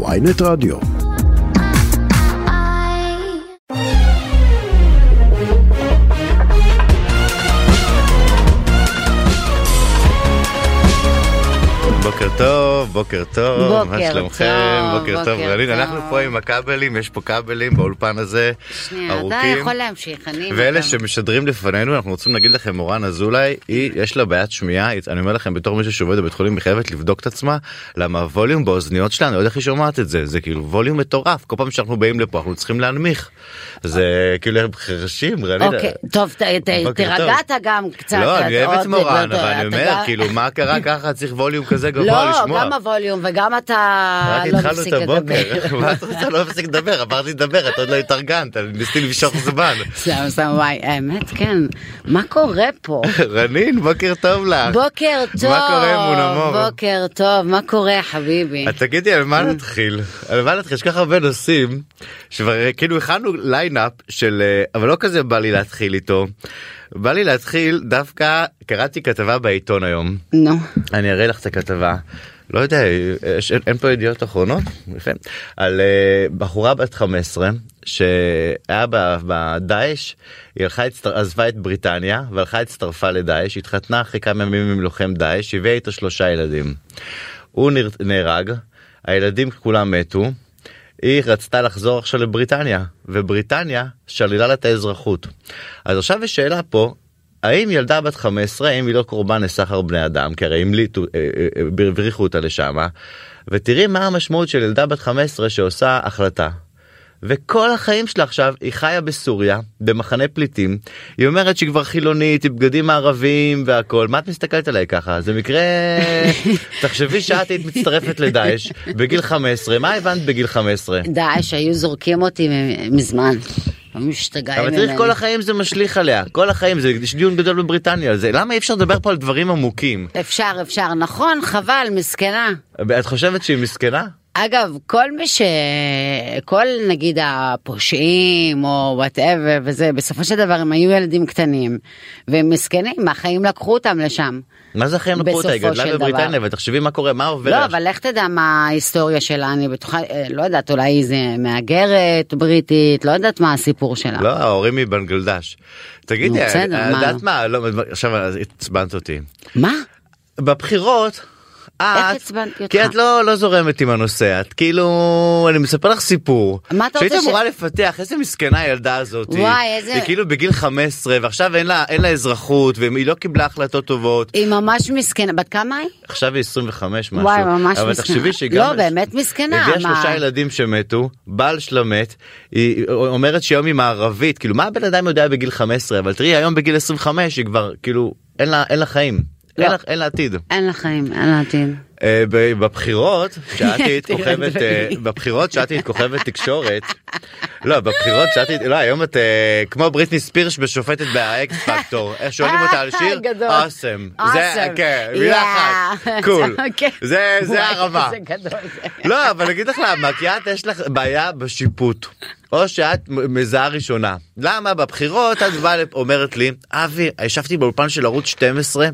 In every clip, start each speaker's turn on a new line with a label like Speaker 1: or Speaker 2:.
Speaker 1: ויינט רדיו.
Speaker 2: בוקר טוב, בוקר טוב, מה
Speaker 3: בוקר
Speaker 2: שלומכם?
Speaker 3: טוב,
Speaker 2: בוקר טוב,
Speaker 3: בוקר
Speaker 2: גרלין.
Speaker 3: טוב.
Speaker 2: אנחנו פה עם הכבלים, יש פה כבלים באולפן הזה,
Speaker 3: שנייה, אתה
Speaker 2: ארוכים.
Speaker 3: יכול להמשיך, אני...
Speaker 2: ואלה
Speaker 3: אתה-
Speaker 2: שמשדרים לפנינו, אנחנו רוצים להגיד לכם, מורן אזולאי, היא, יש לה בעיית שמיעה, היא- אני אומר לכם, בתור מישהו שעובד בבית חולים, היא חייבת לבדוק את עצמה, למה הווליום באוזניות שלנו, אני לא יודע איך היא שומעת את זה, זה כאילו ווליום מטורף, כל פעם שאנחנו באים לפה אנחנו צריכים להנמיך. זה כאילו הם חרשים, גרלין.
Speaker 3: אוקיי, טוב, ת- ת-
Speaker 2: בוקר טוב.
Speaker 3: תירגעת גם קצת.
Speaker 2: לא, אני
Speaker 3: עוד-
Speaker 2: אוהב את
Speaker 3: עוד-
Speaker 2: מורן,
Speaker 3: לא,
Speaker 2: אבל אני
Speaker 3: אתה
Speaker 2: אומר,
Speaker 3: גם-
Speaker 2: כאילו, מה קרה ככה, צריך ווליום כזה גבוה
Speaker 3: לא,
Speaker 2: לשמוע.
Speaker 3: גם הווליום וגם אתה
Speaker 2: רק
Speaker 3: לא
Speaker 2: התחלנו את
Speaker 3: מפסיק לדבר.
Speaker 2: הבוקר, מה את רוצה? לא מפסיק לדבר, אמרתי לדבר, את עוד לא התארגנת, אני ניסיתי למשוך זמן.
Speaker 3: סתם, סתם, וואי, האמת, כן. מה קורה פה?
Speaker 2: רנין, בוקר טוב לך.
Speaker 3: בוקר טוב.
Speaker 2: מה קורה, מונמור?
Speaker 3: בוקר טוב, מה קורה, חביבי?
Speaker 2: אז תגידי, על מה נתחיל? על מה נתחיל? יש כל כך הרבה נושאים, שכבר כאילו הכנו ליינאפ של... אה, אבל לא כזה בא לי להתחיל איתו. בא לי להתחיל, דווקא קראתי כתבה בעיתון היום.
Speaker 3: נו.
Speaker 2: אני אראה לך את הכתבה. לא יודע, יש, אין, אין פה ידיעות אחרונות? יפה. על אה, בחורה בת 15 שהיה ב- בדאעש, היא הלכה, הצטר... עזבה את בריטניה והלכה, הצטרפה לדאעש, התחתנה אחרי כמה ימים עם לוחם דאעש, הביאה איתו שלושה ילדים. הוא נר... נהרג, הילדים כולם מתו, היא רצתה לחזור עכשיו לבריטניה, ובריטניה שללה לה את האזרחות. אז עכשיו יש שאלה פה, האם ילדה בת 15, האם היא לא קורבן לסחר בני אדם, כי הרי המליטו, אה, אה, אה, הבריחו אותה לשם, ותראי מה המשמעות של ילדה בת 15 שעושה החלטה. וכל החיים שלה עכשיו היא חיה בסוריה במחנה פליטים היא אומרת שהיא כבר חילונית עם בגדים מערבים והכל מה את מסתכלת עליי ככה זה מקרה תחשבי שאת היית מצטרפת לדאעש בגיל 15 מה הבנת בגיל 15
Speaker 3: דאעש, היו זורקים אותי מ- מזמן. היו משתגעים
Speaker 2: אבל צריך כל החיים זה משליך עליה כל החיים זה יש דיון גדול בבריטניה על זה למה אי אפשר לדבר פה על דברים עמוקים
Speaker 3: אפשר, אפשר, נכון, חבל, מסכנה.
Speaker 2: את חושבת שהיא מסכנה
Speaker 3: אגב, כל מי ש... כל נגיד הפושעים או וואטאבר וזה, בסופו של דבר הם היו ילדים קטנים והם מסכנים, החיים לקחו אותם לשם.
Speaker 2: מה זה החיים לקחו אותה היא
Speaker 3: בסופו
Speaker 2: גדלה
Speaker 3: של
Speaker 2: בבריטניה
Speaker 3: דבר.
Speaker 2: ותחשבי מה קורה מה עובר
Speaker 3: לא,
Speaker 2: לה.
Speaker 3: אבל לך תדע מה ההיסטוריה שלה, אני בטוחה, אה, לא יודעת, אולי זה מהגרת בריטית, לא יודעת מה הסיפור שלה.
Speaker 2: לא, ההורים מבנגלדש. תגידי,
Speaker 3: נו, בסדר,
Speaker 2: את
Speaker 3: מה?
Speaker 2: יודעת מה? לא, עכשיו עצבנת אותי.
Speaker 3: מה?
Speaker 2: בבחירות, את...
Speaker 3: עצבנתי
Speaker 2: כי
Speaker 3: אותך?
Speaker 2: את לא, לא זורמת עם הנושא, את כאילו, אני מספר לך סיפור.
Speaker 3: מה אתה
Speaker 2: שהיית
Speaker 3: רוצה ש-
Speaker 2: אמורה לפתח, איזה מסכנה הילדה הזאת.
Speaker 3: וואי, איזה-
Speaker 2: היא כאילו בגיל 15, ועכשיו אין לה, אין לה אזרחות, והיא לא קיבלה החלטות טובות.
Speaker 3: היא ממש מסכנה, בת כמה היא?
Speaker 2: עכשיו היא 25 משהו.
Speaker 3: וואי, ממש
Speaker 2: אבל
Speaker 3: מסכנה.
Speaker 2: תחשבי שהיא
Speaker 3: לא,
Speaker 2: גם...
Speaker 3: באמת מסכנה,
Speaker 2: הביאה
Speaker 3: מה?
Speaker 2: שלושה ילדים שמתו, בעל שלה מת, היא אומרת שהיום היא מערבית, כאילו מה הבן אדם יודע בגיל 15, אבל תראי היום בגיל 25 היא כבר, כאילו, אין לה, אין לה חיים.
Speaker 3: לא.
Speaker 2: אין לה, אין לה עתיד.
Speaker 3: אין לה חיים, אין לה עתיד.
Speaker 2: אה, ב- בבחירות שאת היית
Speaker 3: תראה,
Speaker 2: כוכבת אה,
Speaker 3: דברים.
Speaker 2: בבחירות שאת היית כוכבת תקשורת לא בבחירות שאת היית לא היום את אה, כמו בריטני ספירש בשופטת באקס פקטור איך שואלים אותה על שיר
Speaker 3: אה, גדול.
Speaker 2: אוסם זה
Speaker 3: Awesome.
Speaker 2: כן מילה
Speaker 3: Yeah.
Speaker 2: אחת קול
Speaker 3: אוקיי.
Speaker 2: זה זה
Speaker 3: וואי,
Speaker 2: הרמה
Speaker 3: זה גדול, זה.
Speaker 2: לא אבל אני אגיד לך למה כי את יש לך בעיה בשיפוט. או שאת מ- מזהה ראשונה. למה בבחירות את באה לפ- אומרת לי, אבי, ישבתי באולפן של ערוץ 12,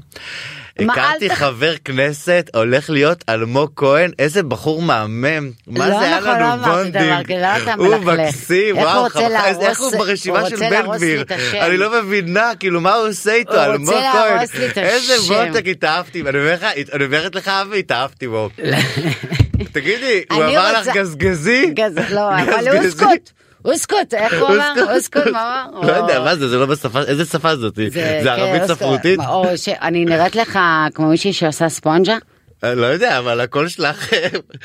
Speaker 3: מה, אל
Speaker 2: הכרתי
Speaker 3: תח-
Speaker 2: חבר כנסת הולך להיות אלמוג כהן איזה בחור מהמם מה
Speaker 3: לא
Speaker 2: זה היה
Speaker 3: נכון, לא
Speaker 2: לנו
Speaker 3: אמרתי
Speaker 2: בונדינג
Speaker 3: דבר כזה, למה אתה
Speaker 2: הוא
Speaker 3: מלכלך?
Speaker 2: מקסים
Speaker 3: איך הוא
Speaker 2: וואו
Speaker 3: רוצה
Speaker 2: חבל,
Speaker 3: להרוס-
Speaker 2: איך הוא ברשימה
Speaker 3: הוא
Speaker 2: של
Speaker 3: רוצה
Speaker 2: בן
Speaker 3: להרוס לי
Speaker 2: גביר
Speaker 3: את השם.
Speaker 2: אני לא מבינה כאילו מה הוא עושה איתו
Speaker 3: הוא
Speaker 2: אלמוג
Speaker 3: רוצה
Speaker 2: כהן
Speaker 3: להרוס לי את
Speaker 2: איזה
Speaker 3: השם.
Speaker 2: בונדק התאהבתי אני אומר לך אני אומרת לך אבי התאהבתי בו
Speaker 3: לא.
Speaker 2: תגידי הוא
Speaker 3: אני
Speaker 2: אמר לך
Speaker 3: רוצה-
Speaker 2: גזגזי
Speaker 3: גז... לא, אבל הוא
Speaker 2: גזגזי?
Speaker 3: סקוט, הוא סקוט, איך הוא אמר? הוא סקוט, מה הוא אמר?
Speaker 2: לא יודע
Speaker 3: הוא-
Speaker 2: מה זה זה לא בשפה איזה שפה זאת זה
Speaker 3: כן,
Speaker 2: ערבית
Speaker 3: אוסקר.
Speaker 2: ספרותית
Speaker 3: או ש- אני נראית לך כמו מישהי שעושה ספונג'ה?
Speaker 2: אני לא יודע אבל הקול שלך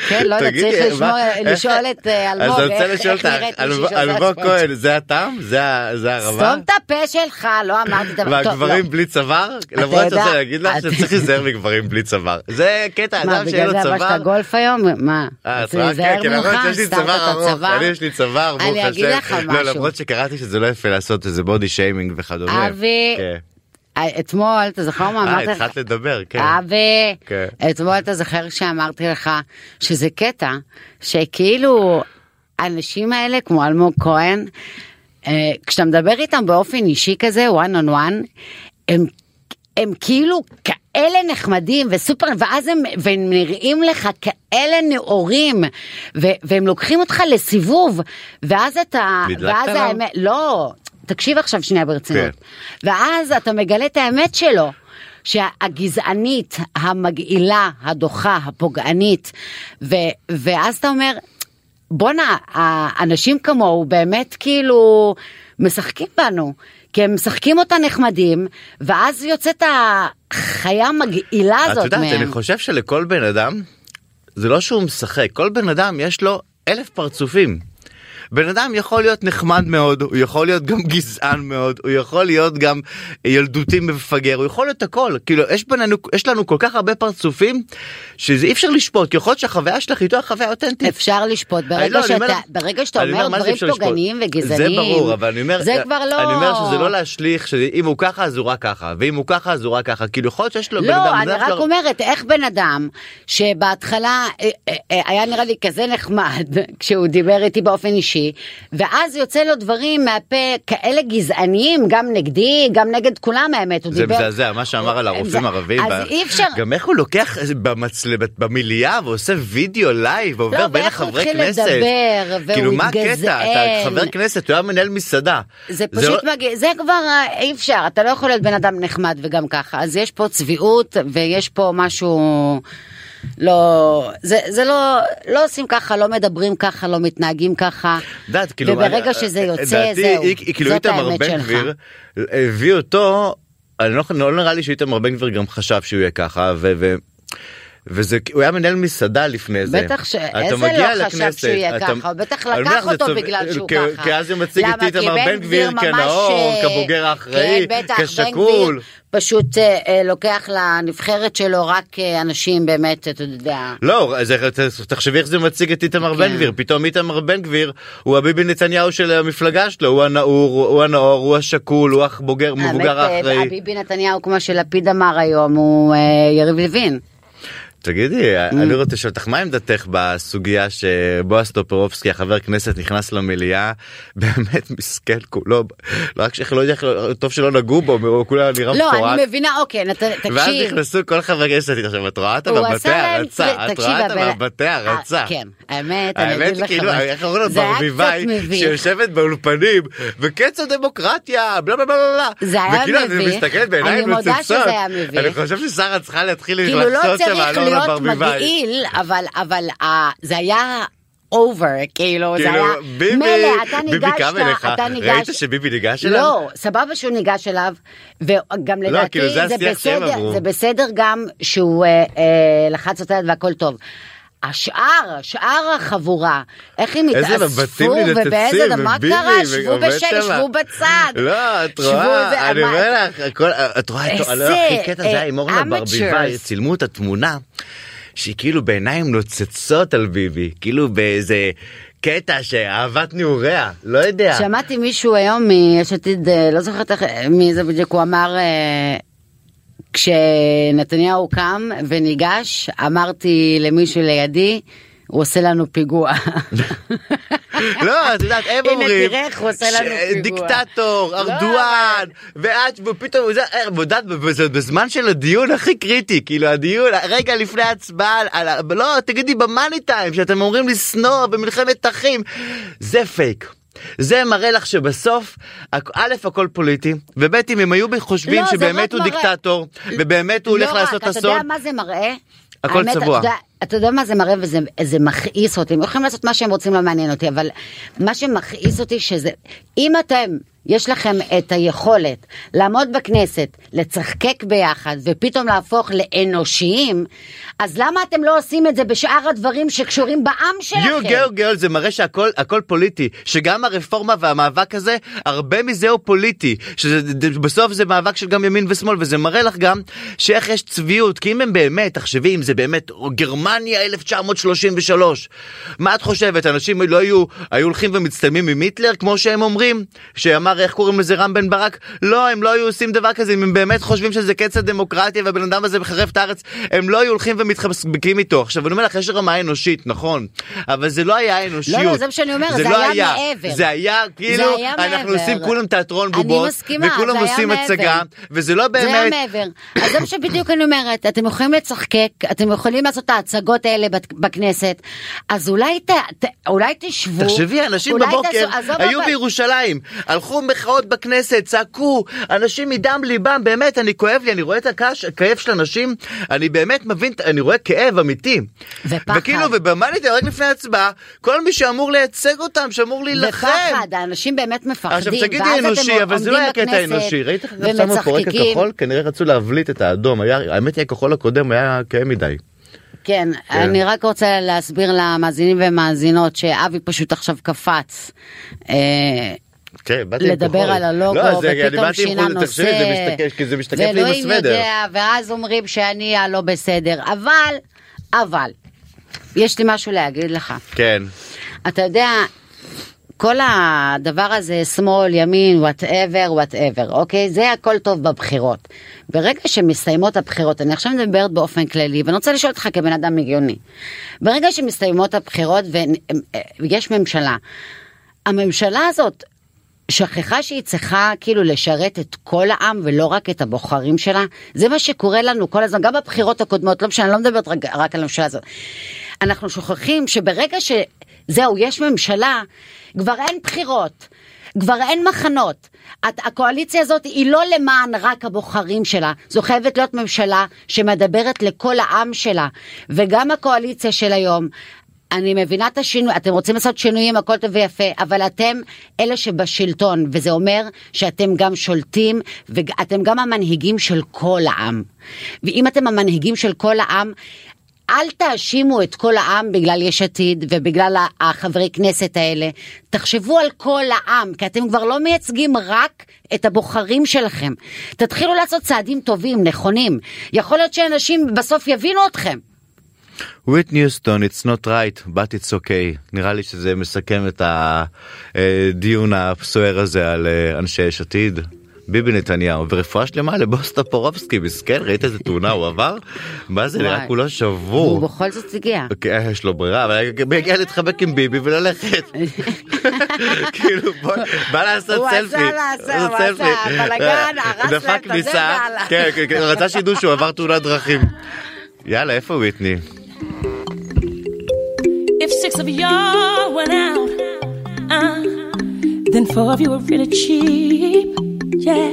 Speaker 3: כן, לא יודע,
Speaker 2: תגידי,
Speaker 3: צריך לשמוע-
Speaker 2: מה- איך-
Speaker 3: לשאול את, אה, אלמוג,
Speaker 2: אז אני רוצה
Speaker 3: איך-
Speaker 2: לשאול
Speaker 3: איך
Speaker 2: אותך,
Speaker 3: נראית מישהי
Speaker 2: אלמוג-
Speaker 3: שעושה
Speaker 2: אלמוג
Speaker 3: ספונג'?
Speaker 2: כהן זה הטעם זה ה- זה הרמה
Speaker 3: סתום את הפה שלך, לא אמרתי דבר טוב.
Speaker 2: והגברים
Speaker 3: לא.
Speaker 2: בלי צוואר למרות
Speaker 3: יודע-
Speaker 2: שאני רוצה להגיד לך
Speaker 3: את-
Speaker 2: שצריך להיזהר מגברים בלי צוואר זה קטע
Speaker 3: מה,
Speaker 2: אדם שאין
Speaker 3: בגלל
Speaker 2: לו
Speaker 3: זה
Speaker 2: צוואר.
Speaker 3: עברת גולף היום? מה?
Speaker 2: אה,
Speaker 3: רציתי
Speaker 2: צוואר,
Speaker 3: להיזהר
Speaker 2: כן, כי למרות
Speaker 3: ממך,
Speaker 2: שיש לי
Speaker 3: הסתרת את
Speaker 2: צוואר ארוך,
Speaker 3: הצוואר.
Speaker 2: אני יש לי צוואר, ברוך
Speaker 3: אני אגיד
Speaker 2: השם.
Speaker 3: לך
Speaker 2: לא,
Speaker 3: משהו.
Speaker 2: למרות שקראתי שזה לא יפה לעשות איזה בודי שיימינג וכדומה.
Speaker 3: אבי, אה,
Speaker 2: כן.
Speaker 3: אתמול, אתה זוכר מה
Speaker 2: אה,
Speaker 3: אמרתי לך?
Speaker 2: התחלת לדבר, כן.
Speaker 3: אבי,
Speaker 2: כן.
Speaker 3: אתמול אתה זוכר שאמרתי לך שזה קטע שכאילו האנשים האלה כמו אלמוג כהן, אה, כשאתה מדבר איתם באופן אישי כזה one on one, הם, הם כאילו כ- כאלה נחמדים וסופר, ואז הם, והם נראים לך כאלה נאורים, ו, והם לוקחים אותך לסיבוב, ואז אתה,
Speaker 2: נדלקת
Speaker 3: ואז
Speaker 2: עליו?
Speaker 3: האמת, לא, תקשיב עכשיו שנייה ברצינות,
Speaker 2: כן.
Speaker 3: ואז אתה מגלה את האמת שלו. שהגזענית, המגעילה, הדוחה, הפוגענית, ו, ואז אתה אומר, בואנה, האנשים כמוהו באמת כאילו משחקים בנו, כי הם משחקים אותה נחמדים, ואז יוצאת החיה המגעילה
Speaker 2: את
Speaker 3: הזאת
Speaker 2: יודעת,
Speaker 3: מהם.
Speaker 2: אני חושב שלכל בן אדם, זה לא שהוא משחק, כל בן אדם יש לו אלף פרצופים. בן אדם יכול להיות נחמד מאוד, הוא יכול להיות גם גזען מאוד, הוא יכול להיות גם ילדותי מפגר, הוא יכול להיות הכל. כאילו, יש, בינינו, יש לנו כל כך הרבה פרצופים, שזה אי אפשר לשפוט, כי יכול להיות שהחוויה שלך איתו היא חוויה אותנטית.
Speaker 3: אפשר לשפוט
Speaker 2: אני
Speaker 3: ברגע
Speaker 2: לא, אני
Speaker 3: שאתה,
Speaker 2: אומר-
Speaker 3: ברגע שאתה
Speaker 2: אני
Speaker 3: אומר
Speaker 2: מה זה
Speaker 3: דברים
Speaker 2: אפשר לשפוט?
Speaker 3: פוגעניים וגזעניים,
Speaker 2: זה ברור אבל אני אומר
Speaker 3: זה כבר לא,
Speaker 2: אני אומר שזה לא להשליך שאם הוא ככה אז הוא רק ככה ואם הוא ככה אז הוא רק ככה כאילו יכול להיות שיש לו בן אדם
Speaker 3: לא, אני
Speaker 2: בדרך
Speaker 3: רק
Speaker 2: כלל-
Speaker 3: אומרת, איך בן אדם שבהתחלה אה, אה, אה, היה נראה לי כזה נחמד כשהוא דיבר איתי באופן אישי, ואז יוצא לו דברים מהפה כאלה גזעניים, גם נגדי, גם נגד כולם האמת, הוא
Speaker 2: זה
Speaker 3: דיבר...
Speaker 2: מזעזע מה שאמר על הרופאים
Speaker 3: זה-
Speaker 2: הערבים.
Speaker 3: אז
Speaker 2: ב-
Speaker 3: אי אפשר-
Speaker 2: גם איך הוא לוקח איזה במצלמת במליאה ועושה וידאו לייב ועובר
Speaker 3: לא,
Speaker 2: בין
Speaker 3: ואיך הוא
Speaker 2: החברי
Speaker 3: התחיל
Speaker 2: כנסת.
Speaker 3: לדבר, והוא
Speaker 2: כאילו מה
Speaker 3: התגזען.
Speaker 2: הקטע? אתה חבר כנסת, הוא היה מנהל מסעדה.
Speaker 3: זה פשוט
Speaker 2: לא-
Speaker 3: מגיע, זה כבר אה, אי אפשר, אתה לא יכול להיות בן אדם נחמד וגם ככה, אז יש פה צביעות ויש פה משהו, לא, זה, זה לא, לא עושים ככה, לא מדברים ככה, לא מתנהגים ככה,
Speaker 2: יודעת, כאילו,
Speaker 3: וברגע
Speaker 2: אני-
Speaker 3: שזה יוצא,
Speaker 2: דעתי,
Speaker 3: זהו,
Speaker 2: היא- היא- כאילו
Speaker 3: זאת
Speaker 2: איתמר
Speaker 3: האמת
Speaker 2: בן
Speaker 3: שלך.
Speaker 2: גביר הביא אותו, אני לא, לא נראה לי שאיתמר בן גביר גם חשב שהוא יהיה ככה ו... ו... וזה הוא היה מנהל מסעדה לפני זה.
Speaker 3: בטח ש-
Speaker 2: אתה
Speaker 3: איזה
Speaker 2: מגיע
Speaker 3: לא חשב
Speaker 2: לכנסת,
Speaker 3: שהוא יהיה
Speaker 2: אתה-
Speaker 3: ככה, הוא בטח
Speaker 2: אני אומר
Speaker 3: לקח
Speaker 2: לך, זה
Speaker 3: אותו
Speaker 2: צוב-
Speaker 3: בגלל שהוא
Speaker 2: כי-
Speaker 3: ככה.
Speaker 2: כי אז הוא מציג את
Speaker 3: למה? כי
Speaker 2: איתמר בן גביר
Speaker 3: ממש,
Speaker 2: כנאור,
Speaker 3: אה,
Speaker 2: כבוגר האחראי,
Speaker 3: כן, בטח, בן
Speaker 2: כשקול.
Speaker 3: גביר פשוט אה, אה, לוקח לנבחרת שלו רק אה, אנשים באמת, אתה יודע.
Speaker 2: לא, זה, ת- תחשבי איך זה מציג את איתמר
Speaker 3: כן.
Speaker 2: בן גביר, פתאום איתמר בן גביר הוא הביבי נתניהו של המפלגה שלו, הוא הנאור, הוא הנאור, הוא השקול, הוא הבוגר, מבוגר
Speaker 3: האמת, אה,
Speaker 2: האחראי.
Speaker 3: הביבי נתניהו, כמו שלפיד אמר היום, הוא אה, יריב לוין.
Speaker 2: תגידי,
Speaker 3: Mm.
Speaker 2: אני רוצה לשאול אותך, מה עמדתך בסוגיה שבועז טופורובסקי, החבר כנסת, נכנס למליאה, באמת מסכן כולו, לא רק שאיך לא יודע, איך לא- טוב שלא נגעו בו, הוא כולה נראה
Speaker 3: לא,
Speaker 2: מפורט.
Speaker 3: אני מבינה, אוקיי, נת-
Speaker 2: ואז
Speaker 3: תקשיב.
Speaker 2: נכנסו כל חברי כנסת, עכשיו את רואה את
Speaker 3: הוא עשה
Speaker 2: המבטי
Speaker 3: להם-
Speaker 2: הרצה, את
Speaker 3: תקשיב,
Speaker 2: רואה את
Speaker 3: אבל-
Speaker 2: המבטי הרצה.
Speaker 3: אה, כן, האמת, אני אגיד
Speaker 2: האמת
Speaker 3: לך
Speaker 2: כאילו
Speaker 3: משהו.
Speaker 2: איך אומרים לו
Speaker 3: זה היה
Speaker 2: ברביבאי
Speaker 3: קצת מביך.
Speaker 2: שיושבת באולפנים וקץ הדמוקרטיה בלה בלה בלה בלה בלה.
Speaker 3: זה היה
Speaker 2: וכאילו, אני
Speaker 3: מביך.
Speaker 2: מסתכלת בעיניים
Speaker 3: אני מודה
Speaker 2: מצוצות.
Speaker 3: שזה היה מביך.
Speaker 2: אני חושב ששרה צריכה להתחיל
Speaker 3: כאילו לא
Speaker 2: לחצות שם
Speaker 3: צריך
Speaker 2: על אורנה
Speaker 3: להיות
Speaker 2: ברביבאי.
Speaker 3: מגעיל, אבל, אבל אה, זה היה... אובר כאילו זה
Speaker 2: כאילו,
Speaker 3: היה
Speaker 2: ביבי-
Speaker 3: מילא, אתה
Speaker 2: ביבי
Speaker 3: ניגשת,
Speaker 2: קם אליך.
Speaker 3: אתה
Speaker 2: ראית
Speaker 3: ניגש
Speaker 2: שביבי ניגש אליו?
Speaker 3: לא סבבה שהוא ניגש אליו וגם
Speaker 2: לא,
Speaker 3: לדעתי
Speaker 2: כאילו, זה
Speaker 3: זה
Speaker 2: השיח שהם
Speaker 3: בסדר
Speaker 2: עברו.
Speaker 3: זה בסדר גם שהוא אה, אה, לחץ אותה יד והכל טוב. השאר, שאר החבורה, איך הם
Speaker 2: איזה מבטים
Speaker 3: התאספו
Speaker 2: לי נוצצים,
Speaker 3: ובאיזה, מה
Speaker 2: וביבי,
Speaker 3: קרה, שבו
Speaker 2: ועומד
Speaker 3: בשקט,
Speaker 2: שמה.
Speaker 3: שבו בצד.
Speaker 2: לא, את
Speaker 3: שבו זה,
Speaker 2: רואה, אני
Speaker 3: מה-
Speaker 2: אומר לך, הכל- את רואה, את רואה, לא,
Speaker 3: איזה,
Speaker 2: הכי קטע זה היה עם אורנה
Speaker 3: amateurs.
Speaker 2: ברביבאי, צילמו את התמונה, שהיא כאילו בעיניים נוצצות על ביבי, כאילו באיזה קטע שאהבת נעוריה, לא יודע.
Speaker 3: שמעתי מישהו היום מיש עתיד, אה, לא זוכרת איך- מי זה בדיוק, הוא אמר, אה, כשנתניהו קם וניגש, אמרתי למישהו לידי, הוא עושה לנו פיגוע.
Speaker 2: לא, את יודעת, הם
Speaker 3: הנה,
Speaker 2: אומרים,
Speaker 3: תראה איך הוא עושה לנו
Speaker 2: ש-
Speaker 3: פיגוע.
Speaker 2: דיקטטור,
Speaker 3: לא,
Speaker 2: ארדואן, ואת, ופתאום, זה- אה, ואת- וזה בזמן של הדיון הכי קריטי, כאילו הדיון, רגע לפני ההצבעה, על ה- לא, תגידי במאני טיים, שאתם אומרים לשנוא במלחמת אחים, זה פייק. זה מראה לך שבסוף, הכ- א', הכל פוליטי, וב', אם הם היו חושבים
Speaker 3: לא, זה רק
Speaker 2: שבאמת הוא
Speaker 3: מראה-
Speaker 2: דיקטטור, ובאמת הוא
Speaker 3: לא
Speaker 2: הולך
Speaker 3: רק,
Speaker 2: לעשות
Speaker 3: אתה יודע
Speaker 2: אסון,
Speaker 3: מה זה מראה?
Speaker 2: הכל
Speaker 3: האמת,
Speaker 2: צבוע.
Speaker 3: אתה יודע- אתה יודע מה זה מראה וזה זה מכעיס אותי, הם יכולים לעשות מה שהם רוצים לא מעניין אותי, אבל מה שמכעיס אותי שזה, אם אתם, יש לכם את היכולת לעמוד בכנסת, לצחקק ביחד ופתאום להפוך לאנושיים, אז למה אתם לא עושים את זה בשאר הדברים שקשורים בעם
Speaker 2: You
Speaker 3: שלכם?
Speaker 2: go girl זה מראה שהכל הכל פוליטי שגם הרפורמה והמאבק הזה הרבה מזה הוא פוליטי שבסוף זה מאבק של גם ימין ושמאל וזה מראה לך גם שאיך יש צביעות כי אם הם באמת תחשבי אם זה באמת גרמניה 1933 מה את חושבת אנשים לא היו היו הולכים ומצטלמים עם היטלר כמו שהם אומרים שאמר אמר איך קוראים לזה רם בן ברק לא הם לא היו עושים דבר כזה אם הם באמת חושבים שזה קץ הדמוקרטיה והבן אדם הזה מחרב את הארץ הם לא היו הולכים ומתחבקים איתו עכשיו אני אומר לך יש רמה אנושית נכון אבל זה לא היה אנושיות
Speaker 3: לא, לא, זה מה שאני אומרת, זה
Speaker 2: לא
Speaker 3: היה מעבר.
Speaker 2: זה היה כאילו
Speaker 3: היה
Speaker 2: אנחנו
Speaker 3: מעבר.
Speaker 2: עושים כולם תיאטרון
Speaker 3: אני
Speaker 2: בובות
Speaker 3: מסכימה,
Speaker 2: וכולם
Speaker 3: זה היה
Speaker 2: עושים
Speaker 3: מעבר.
Speaker 2: הצגה וזה לא
Speaker 3: זה היה
Speaker 2: באמת
Speaker 3: מעבר. אז זה מה שבדיוק אני אומרת, אתם יכולים לצחקק, אתם יכולים לעשות את ההצגות האלה בת- בכנסת, אז אולי ת- ת- אולי תשבו.
Speaker 2: תחשבי, אנשים
Speaker 3: אולי
Speaker 2: בבוקר
Speaker 3: תעשו- עזוב,
Speaker 2: היו
Speaker 3: אבל-
Speaker 2: בירושלים, הלכו מחאות בכנסת, צעקו, אנשים מדם ליבם, באמת, אני כואב לי, אני רואה את הכעס- הכאב של אנשים, אני באמת מבין, אני רואה כאב אמיתי.
Speaker 3: ופחד.
Speaker 2: וכאילו, ובמאניטה, רק לפני ההצבעה, כל מי שאמור לייצג אותם, שאמור להילחם.
Speaker 3: ופחד, האנשים באמת מפחדים.
Speaker 2: עכשיו תגידי
Speaker 3: ואז אתם
Speaker 2: אנושי, אבל זה לא
Speaker 3: עומדים
Speaker 2: היה קטע
Speaker 3: בכנסת
Speaker 2: אנושי, ראית איך גם שמו פה רקע
Speaker 3: ומצחקקים.
Speaker 2: כחול? כנראה רצו להבליט את האדום, היה- האמת היא הכחול הקודם היה כהה מדי.
Speaker 3: כן,
Speaker 2: כן.
Speaker 3: אני רק רוצה להסביר למאזינים ומאזינות שאבי פשוט עכשיו קפץ. אה,
Speaker 2: כן, באתי עם
Speaker 3: לדבר
Speaker 2: כחול.
Speaker 3: על הלוגו,
Speaker 2: לא, זה- אני
Speaker 3: ופתאום
Speaker 2: באתי עם
Speaker 3: שינה
Speaker 2: חולצה,
Speaker 3: נושא,
Speaker 2: תחשבי, זה משתקף, כי זה משתקף לי עם
Speaker 3: ואלוהים
Speaker 2: הסוודר.
Speaker 3: יודע, ואז אומרים שאני הלא בסדר, אבל, אבל, יש לי משהו להגיד לך.
Speaker 2: כן.
Speaker 3: אתה יודע, כל הדבר הזה, שמאל, ימין, וואטאבר, וואטאבר, אוקיי? זה הכל טוב בבחירות. ברגע שמסתיימות הבחירות, אני עכשיו מדברת באופן כללי, ואני רוצה לשאול אותך כבן אדם הגיוני. ברגע שמסתיימות הבחירות ויש ממשלה, הממשלה הזאת שכחה שהיא צריכה כאילו לשרת את כל העם ולא רק את הבוחרים שלה. זה מה שקורה לנו כל הזמן, גם בבחירות הקודמות, לא משנה, אני לא מדברת רק, רק על הממשלה הזאת. אנחנו שוכחים שברגע שזהו, יש ממשלה, כבר אין בחירות. כבר אין מחנות. הת- הקואליציה הזאת היא לא למען רק הבוחרים שלה, זו חייבת להיות ממשלה שמדברת לכל העם שלה. וגם הקואליציה של היום, אני מבינה את השינוי, אתם רוצים לעשות שינויים, הכל טוב ויפה, אבל אתם אלה שבשלטון, וזה אומר שאתם גם שולטים, ואתם גם המנהיגים של כל העם. ואם אתם המנהיגים של כל העם, אל תאשימו את כל העם בגלל יש עתיד ובגלל ה- החברי כנסת האלה. תחשבו על כל העם, כי אתם כבר לא מייצגים רק את הבוחרים שלכם. תתחילו לעשות צעדים טובים, נכונים. יכול להיות שאנשים בסוף יבינו אתכם.
Speaker 2: וויט ניוסטון, it's not right, but it's okay. נראה לי שזה מסכם את הדיון הסוער הזה על אה, אנשי יש עתיד. ביבי נתניהו, ורפואה שלמה לבוס טופורובסקי, מסכן, ראית איזה תאונה הוא עבר? מה זה, נראה
Speaker 3: וואי.
Speaker 2: כולו
Speaker 3: הוא
Speaker 2: שבור.
Speaker 3: בכל זאת הגיע.
Speaker 2: אוקיי, יש לו ברירה, אבל הגיע להתחבק עם ביבי וללכת. כאילו, בוא, בא לעשות
Speaker 3: הוא עשה,
Speaker 2: סלפי.
Speaker 3: עשה, הוא
Speaker 2: לעשות
Speaker 3: עשה
Speaker 2: סלפי. אה,
Speaker 3: בלאגן, הרס להם
Speaker 2: דפק
Speaker 3: את הזה
Speaker 2: ניסה,
Speaker 3: והלך.
Speaker 2: כן, כן, כן, רצה שידעו שהוא עבר תאונת דרכים. יאללה, איפה וויטני?
Speaker 1: If six of y'all went out, uh, then four of you were really cheap. Yeah.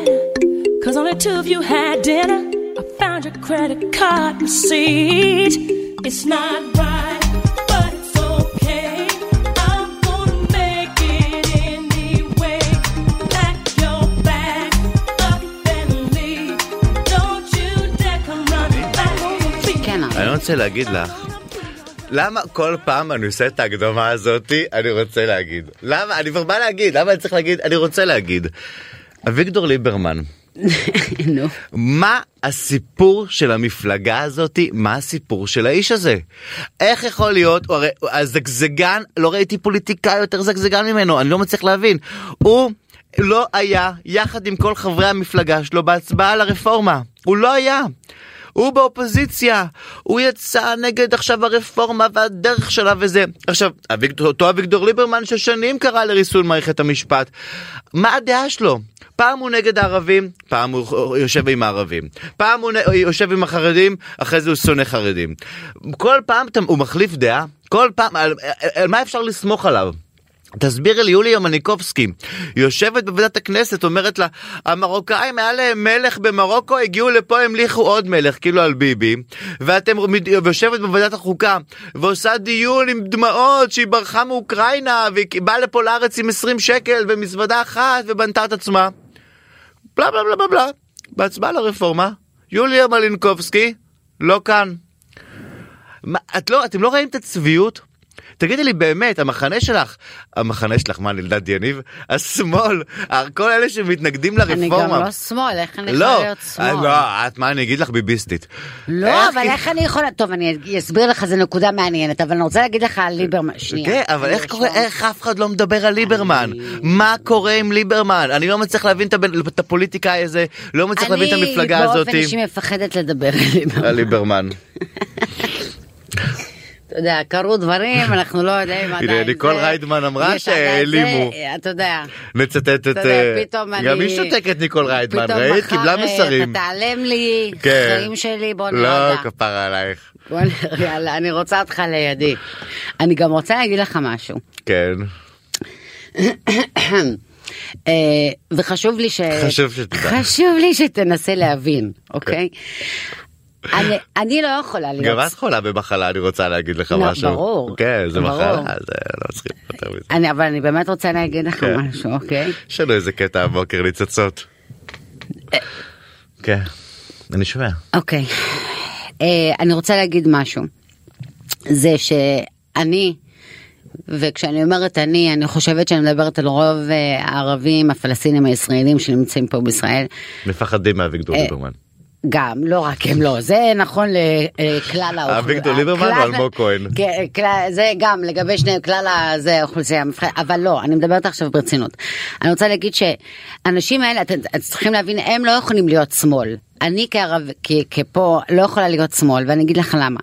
Speaker 1: Cause only two of you had dinner. I found your credit card receipt. It's not right, but it's okay. I'm gonna make it anyway. Pack your bag up and leave. Don't you dare come running back over me.
Speaker 3: כן, אבל-
Speaker 2: אני רוצה להגיד לך, למה כל פעם אני עושה את ההקדמה הזאתי, אני רוצה להגיד. למה? אני כבר בא להגיד, למה אני צריך להגיד? אני רוצה להגיד. אביגדור ליברמן,
Speaker 3: נו.
Speaker 2: מה הסיפור של המפלגה הזאתי? מה הסיפור של האיש הזה? איך יכול להיות? הוא הרי הוא הזגזגן, לא ראיתי פוליטיקאי יותר זגזגן ממנו, אני לא מצליח להבין. הוא לא היה יחד עם כל חברי המפלגה שלו בהצבעה על הרפורמה. הוא לא היה. הוא באופוזיציה, הוא יצא נגד עכשיו הרפורמה והדרך שלה וזה. עכשיו, אביגדור, אותו אביגדור ליברמן ששנים קרא לריסון מערכת המשפט, מה הדעה שלו? פעם הוא נגד הערבים, פעם הוא יושב עם הערבים. פעם הוא נ- יושב עם החרדים, אחרי זה הוא שונא חרדים. כל פעם אתה- הוא מחליף דעה, כל פעם, על, על, על מה אפשר לסמוך עליו? תסבירי לי, יוליה מניקובסקי, יושבת בוועדת הכנסת, אומרת לה, המרוקאים היה להם מלך במרוקו, הגיעו לפה, המליכו עוד מלך, כאילו על ביבי, ואתם, ויושבת בוועדת החוקה, ועושה דיון עם דמעות שהיא ברחה מאוקראינה, והיא באה לפה לארץ עם 20 שקל ומזוודה אחת, ובנתה את עצמה. בלה בלה בלה בלה בלה, בהצבעה לרפורמה, יוליה מלינקובסקי, לא כאן. מה, את לא, אתם לא רואים את הצביעות? תגידי לי באמת המחנה שלך המחנה שלך מה נלדד יניב השמאל כל אלה שמתנגדים
Speaker 3: אני
Speaker 2: לרפורמה.
Speaker 3: גם לא שמאל, איך אני יכולה
Speaker 2: לא,
Speaker 3: להיות שמאל?
Speaker 2: אה, לא, את מה אני אגיד לך ביביסטית.
Speaker 3: לא, אבל איך אני יכולה... טוב, אני אסביר לך, זו נקודה מעניינת, אבל אני רוצה להגיד לך על ליברמן, שנייה.
Speaker 2: כן, אבל
Speaker 3: אני
Speaker 2: איך קורה,
Speaker 3: רשומה.
Speaker 2: איך אף אחד לא מדבר על ליברמן? מה קורה עם ליברמן? אני לא מצליח להבין את הבן- את הפוליטיקאי הזה, לא מצליח להבין את המפלגה
Speaker 3: אני
Speaker 2: הזאת.
Speaker 3: באופן אישי מפחדת לדבר על ליברמן.
Speaker 2: על ליברמן.
Speaker 3: אתה יודע, קרו דברים, אנחנו לא יודעים עדיין.
Speaker 2: הנה,
Speaker 3: זה-
Speaker 2: ניקול ריידמן אמרה
Speaker 3: יש עדיין
Speaker 2: שהעלימו.
Speaker 3: זה, אה, אתה יודע.
Speaker 2: נצטט את...
Speaker 3: אתה יודע,
Speaker 2: אה,
Speaker 3: פתאום אני...
Speaker 2: גם היא שותקת ניקול ריידמן,
Speaker 3: פתאום
Speaker 2: ראית?
Speaker 3: מחר,
Speaker 2: קיבלה
Speaker 3: אה,
Speaker 2: מסרים.
Speaker 3: אתה תיעלם לי,
Speaker 2: כן.
Speaker 3: חיים שלי, בוא נרגע.
Speaker 2: לא, כפרה עלייך.
Speaker 3: בוא נרגע, יאללה, אני רוצה אותך לידי. אני גם רוצה להגיד לך משהו.
Speaker 2: כן.
Speaker 3: אה, וחשוב לי ש...
Speaker 2: חשוב שתדע.
Speaker 3: חשוב לי שתנסה להבין, אוקיי? אני, אני לא יכולה להיות...
Speaker 2: כן. גם את חולה במחלה, אני רוצה להגיד לך
Speaker 3: לא,
Speaker 2: משהו.
Speaker 3: ברור.
Speaker 2: כן, זה
Speaker 3: ברור.
Speaker 2: מחלה, זה לא צריכים יותר מזה.
Speaker 3: אני, אבל אני באמת רוצה להגיד לך
Speaker 2: כן.
Speaker 3: משהו, אוקיי?
Speaker 2: יש לנו איזה קטע הבוקר לצצות.
Speaker 3: אה.
Speaker 2: כן, אני שומע.
Speaker 3: אוקיי. אה, אני רוצה להגיד משהו. זה שאני, וכשאני אומרת אני, אני חושבת שאני מדברת על רוב אה, הערבים, הפלסטינים, הישראלים שנמצאים פה בישראל.
Speaker 2: מפחדים מאביגדור
Speaker 3: אה.
Speaker 2: ליברמן.
Speaker 3: גם, לא רק הם לא, זה נכון לכלל האוכלוסייה.
Speaker 2: אביגדור ליברמן
Speaker 3: הכלל-
Speaker 2: ואלמוג כהן.
Speaker 3: כן, כלל- זה גם לגבי שניהם, כלל ה- זה האוכלוסייה המפחדת, אבל לא, אני מדברת עכשיו ברצינות. אני רוצה להגיד שהאנשים האלה, אתם אתם צריכים להבין, הם לא יכולים להיות שמאל. אני כערב, כ- כפה לא יכולה להיות שמאל, ואני אגיד לך למה.